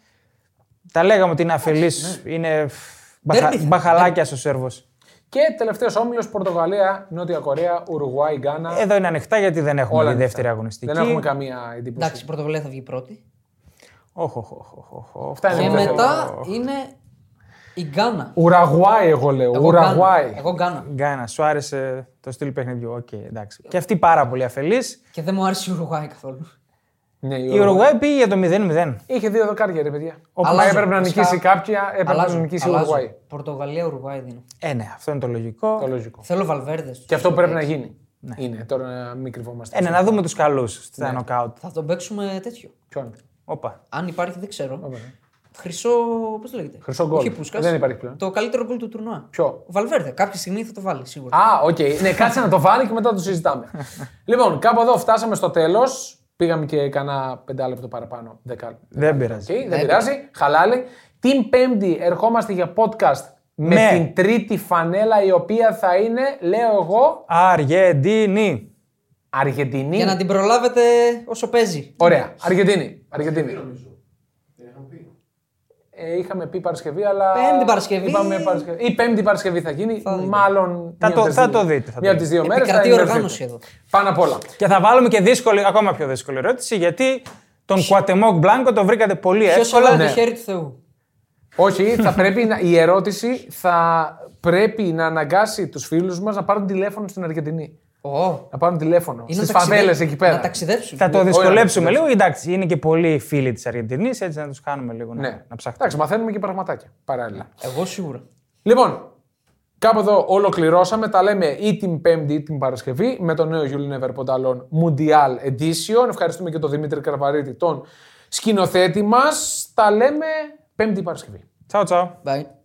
[SPEAKER 1] Τα λέγαμε ότι είναι αφελής,
[SPEAKER 2] ναι.
[SPEAKER 1] είναι φ, μπαχα-
[SPEAKER 3] Derby.
[SPEAKER 1] μπαχαλάκια ο Σέρβος.
[SPEAKER 2] Και τελευταίος όμιλος Πορτογαλία, Νότια Κορέα, Ουρουγουάη, Γκάνα.
[SPEAKER 1] Εδώ είναι ανοιχτά γιατί δεν έχουμε
[SPEAKER 2] Όλα
[SPEAKER 1] τη δεύτερη
[SPEAKER 2] ανοιχτά.
[SPEAKER 1] αγωνιστική.
[SPEAKER 2] δεν έχουμε καμία εντύπωση.
[SPEAKER 3] Εντάξει, η Πορτογαλία θα βγει πρώτη.
[SPEAKER 1] Όχ, όχ, όχ, όχ, όχ, όχ.
[SPEAKER 2] Αυτά είναι
[SPEAKER 3] Και
[SPEAKER 2] που δεν
[SPEAKER 3] Ε, μετά
[SPEAKER 2] θέλω.
[SPEAKER 3] είναι η Γκάνα.
[SPEAKER 2] Ουραγουάη, εγώ λέω.
[SPEAKER 3] Εγώ Γκάνα.
[SPEAKER 2] Ουραγουάη.
[SPEAKER 3] Εγώ Γκάνα.
[SPEAKER 1] Γκάνα, σου άρεσε το στυλ παιχνιδιού. Οκ, εντάξει. Και αυτή πάρα πολύ αφελής.
[SPEAKER 3] Και δεν μου άρεσε η Ουρουγουάη καθόλου.
[SPEAKER 2] Ναι, η
[SPEAKER 1] Η
[SPEAKER 2] Ουραγουάη.
[SPEAKER 1] Ουρουγουάη πήγε για το 0-0.
[SPEAKER 2] Είχε δύο δοκάρια, ρε παιδιά.
[SPEAKER 1] Όπως-
[SPEAKER 2] Αλλά έπρεπε να
[SPEAKER 3] Φυσικά.
[SPEAKER 2] νικήσει κάποια, έπρεπε να νικήσει η Ουραγουάη.
[SPEAKER 3] Πορτογαλία, Ουρουγουάη δίνω.
[SPEAKER 1] Ε, ναι, αυτό είναι το λογικό.
[SPEAKER 2] Το λογικό.
[SPEAKER 3] Θέλω Βαλβέρδες.
[SPEAKER 2] Και αυτό που πρέπει να γίνει.
[SPEAKER 3] Ναι.
[SPEAKER 2] Είναι τώρα να μην κρυβόμαστε.
[SPEAKER 1] Ε, ναι, να δούμε τους καλούς στα
[SPEAKER 2] Ναι.
[SPEAKER 1] νοκάουτ.
[SPEAKER 3] Θα τον παίξουμε τέτοιο.
[SPEAKER 2] Ποιον.
[SPEAKER 1] Όπα.
[SPEAKER 3] Αν υπάρχει, δεν ξέρω. Χρυσό. Πώς το λέγεται.
[SPEAKER 2] ναι. Χρυσό γκολ.
[SPEAKER 3] Όχι Πούσκας.
[SPEAKER 2] Δεν υπάρχει πλέον.
[SPEAKER 3] Το καλύτερο γκολ του τουρνουά.
[SPEAKER 2] Ποιο?
[SPEAKER 3] Ο Βαλβέρδε. Κάποια στιγμή θα το βάλει σίγουρα.
[SPEAKER 2] Α, οκ. Ναι, κάτσε να το βάλει και μετά το
[SPEAKER 3] [LAUGHS]
[SPEAKER 2] συζητάμε. λοιπόν, κάπου εδώ φτάσαμε στο τέλος. Πήγαμε και κανένα πεντάλεπτο παραπάνω. Δεκάλεπτο.
[SPEAKER 1] Δεν πειράζει.
[SPEAKER 2] Okay, δεν πειράζει. Χαλάλη. Την Πέμπτη ερχόμαστε για podcast με,
[SPEAKER 1] Ναι.
[SPEAKER 2] την τρίτη φανέλα η οποία θα είναι, λέω εγώ,
[SPEAKER 1] Αργεντινή.
[SPEAKER 2] Αργεντινή.
[SPEAKER 3] Για να την προλάβετε όσο παίζει.
[SPEAKER 2] Ωραία. Αργεντινή. Αργεντινή. Ε, είχαμε πει Παρασκευή, αλλά.
[SPEAKER 3] Πέμπτη Παρασκευή.
[SPEAKER 2] Είπαμε Παρασκευή. Ή Πέμπτη Παρασκευή θα γίνει.
[SPEAKER 3] Θα δείτε.
[SPEAKER 2] μάλλον.
[SPEAKER 1] Θα
[SPEAKER 2] μία
[SPEAKER 1] το-
[SPEAKER 2] από τις
[SPEAKER 1] θα
[SPEAKER 2] δύο-
[SPEAKER 1] το δείτε, θα
[SPEAKER 2] Μία
[SPEAKER 1] το
[SPEAKER 2] από τις δύο μέρε.
[SPEAKER 3] Επικρατεί οργάνωση εδώ.
[SPEAKER 2] Πάνω απ' όλα.
[SPEAKER 1] Και θα βάλουμε και δύσκολη, ακόμα πιο δύσκολη ερώτηση, γιατί τον Κουατεμόκ Μπλάνκο τον βρήκατε πολύ
[SPEAKER 3] Ποιος
[SPEAKER 1] εύκολα.
[SPEAKER 3] όλα
[SPEAKER 2] ναι.
[SPEAKER 3] το χέρι του Θεού.
[SPEAKER 2] Όχι, θα πρέπει να, η ερώτηση θα πρέπει να αναγκάσει τους φίλους μας να πάρουν τηλέφωνο στην Αργεντινή.
[SPEAKER 3] Ω,
[SPEAKER 2] Να πάρουν τηλέφωνο.
[SPEAKER 3] είναι
[SPEAKER 2] Στις
[SPEAKER 3] να ταξιδέψουν.
[SPEAKER 2] φαβέλες εκεί πέρα.
[SPEAKER 3] Να ταξιδέψουν.
[SPEAKER 1] Θα το
[SPEAKER 2] Όχι,
[SPEAKER 1] δυσκολέψουμε
[SPEAKER 2] όχι,
[SPEAKER 1] λίγο. Εντάξει, είναι και πολλοί φίλοι της Αργεντινής, έτσι να τους κάνουμε λίγο να,
[SPEAKER 2] Ναι.
[SPEAKER 1] να ψάχνουμε.
[SPEAKER 2] Εντάξει, μαθαίνουμε και πραγματάκια παράλληλα.
[SPEAKER 3] Εγώ σίγουρα.
[SPEAKER 2] Λοιπόν, κάπου εδώ ολοκληρώσαμε. Τα λέμε ή την Πέμπτη ή την Παρασκευή με το νέο Julian Ever Πονταλόν Mundial Edition. Ευχαριστούμε και τον Δημήτρη Καρβαρίτη, τον σκηνοθέτη μας. Τα λέμε Πέμπτη ή Παρασκευή.
[SPEAKER 1] Τσαου, τσαου.
[SPEAKER 3] Bye.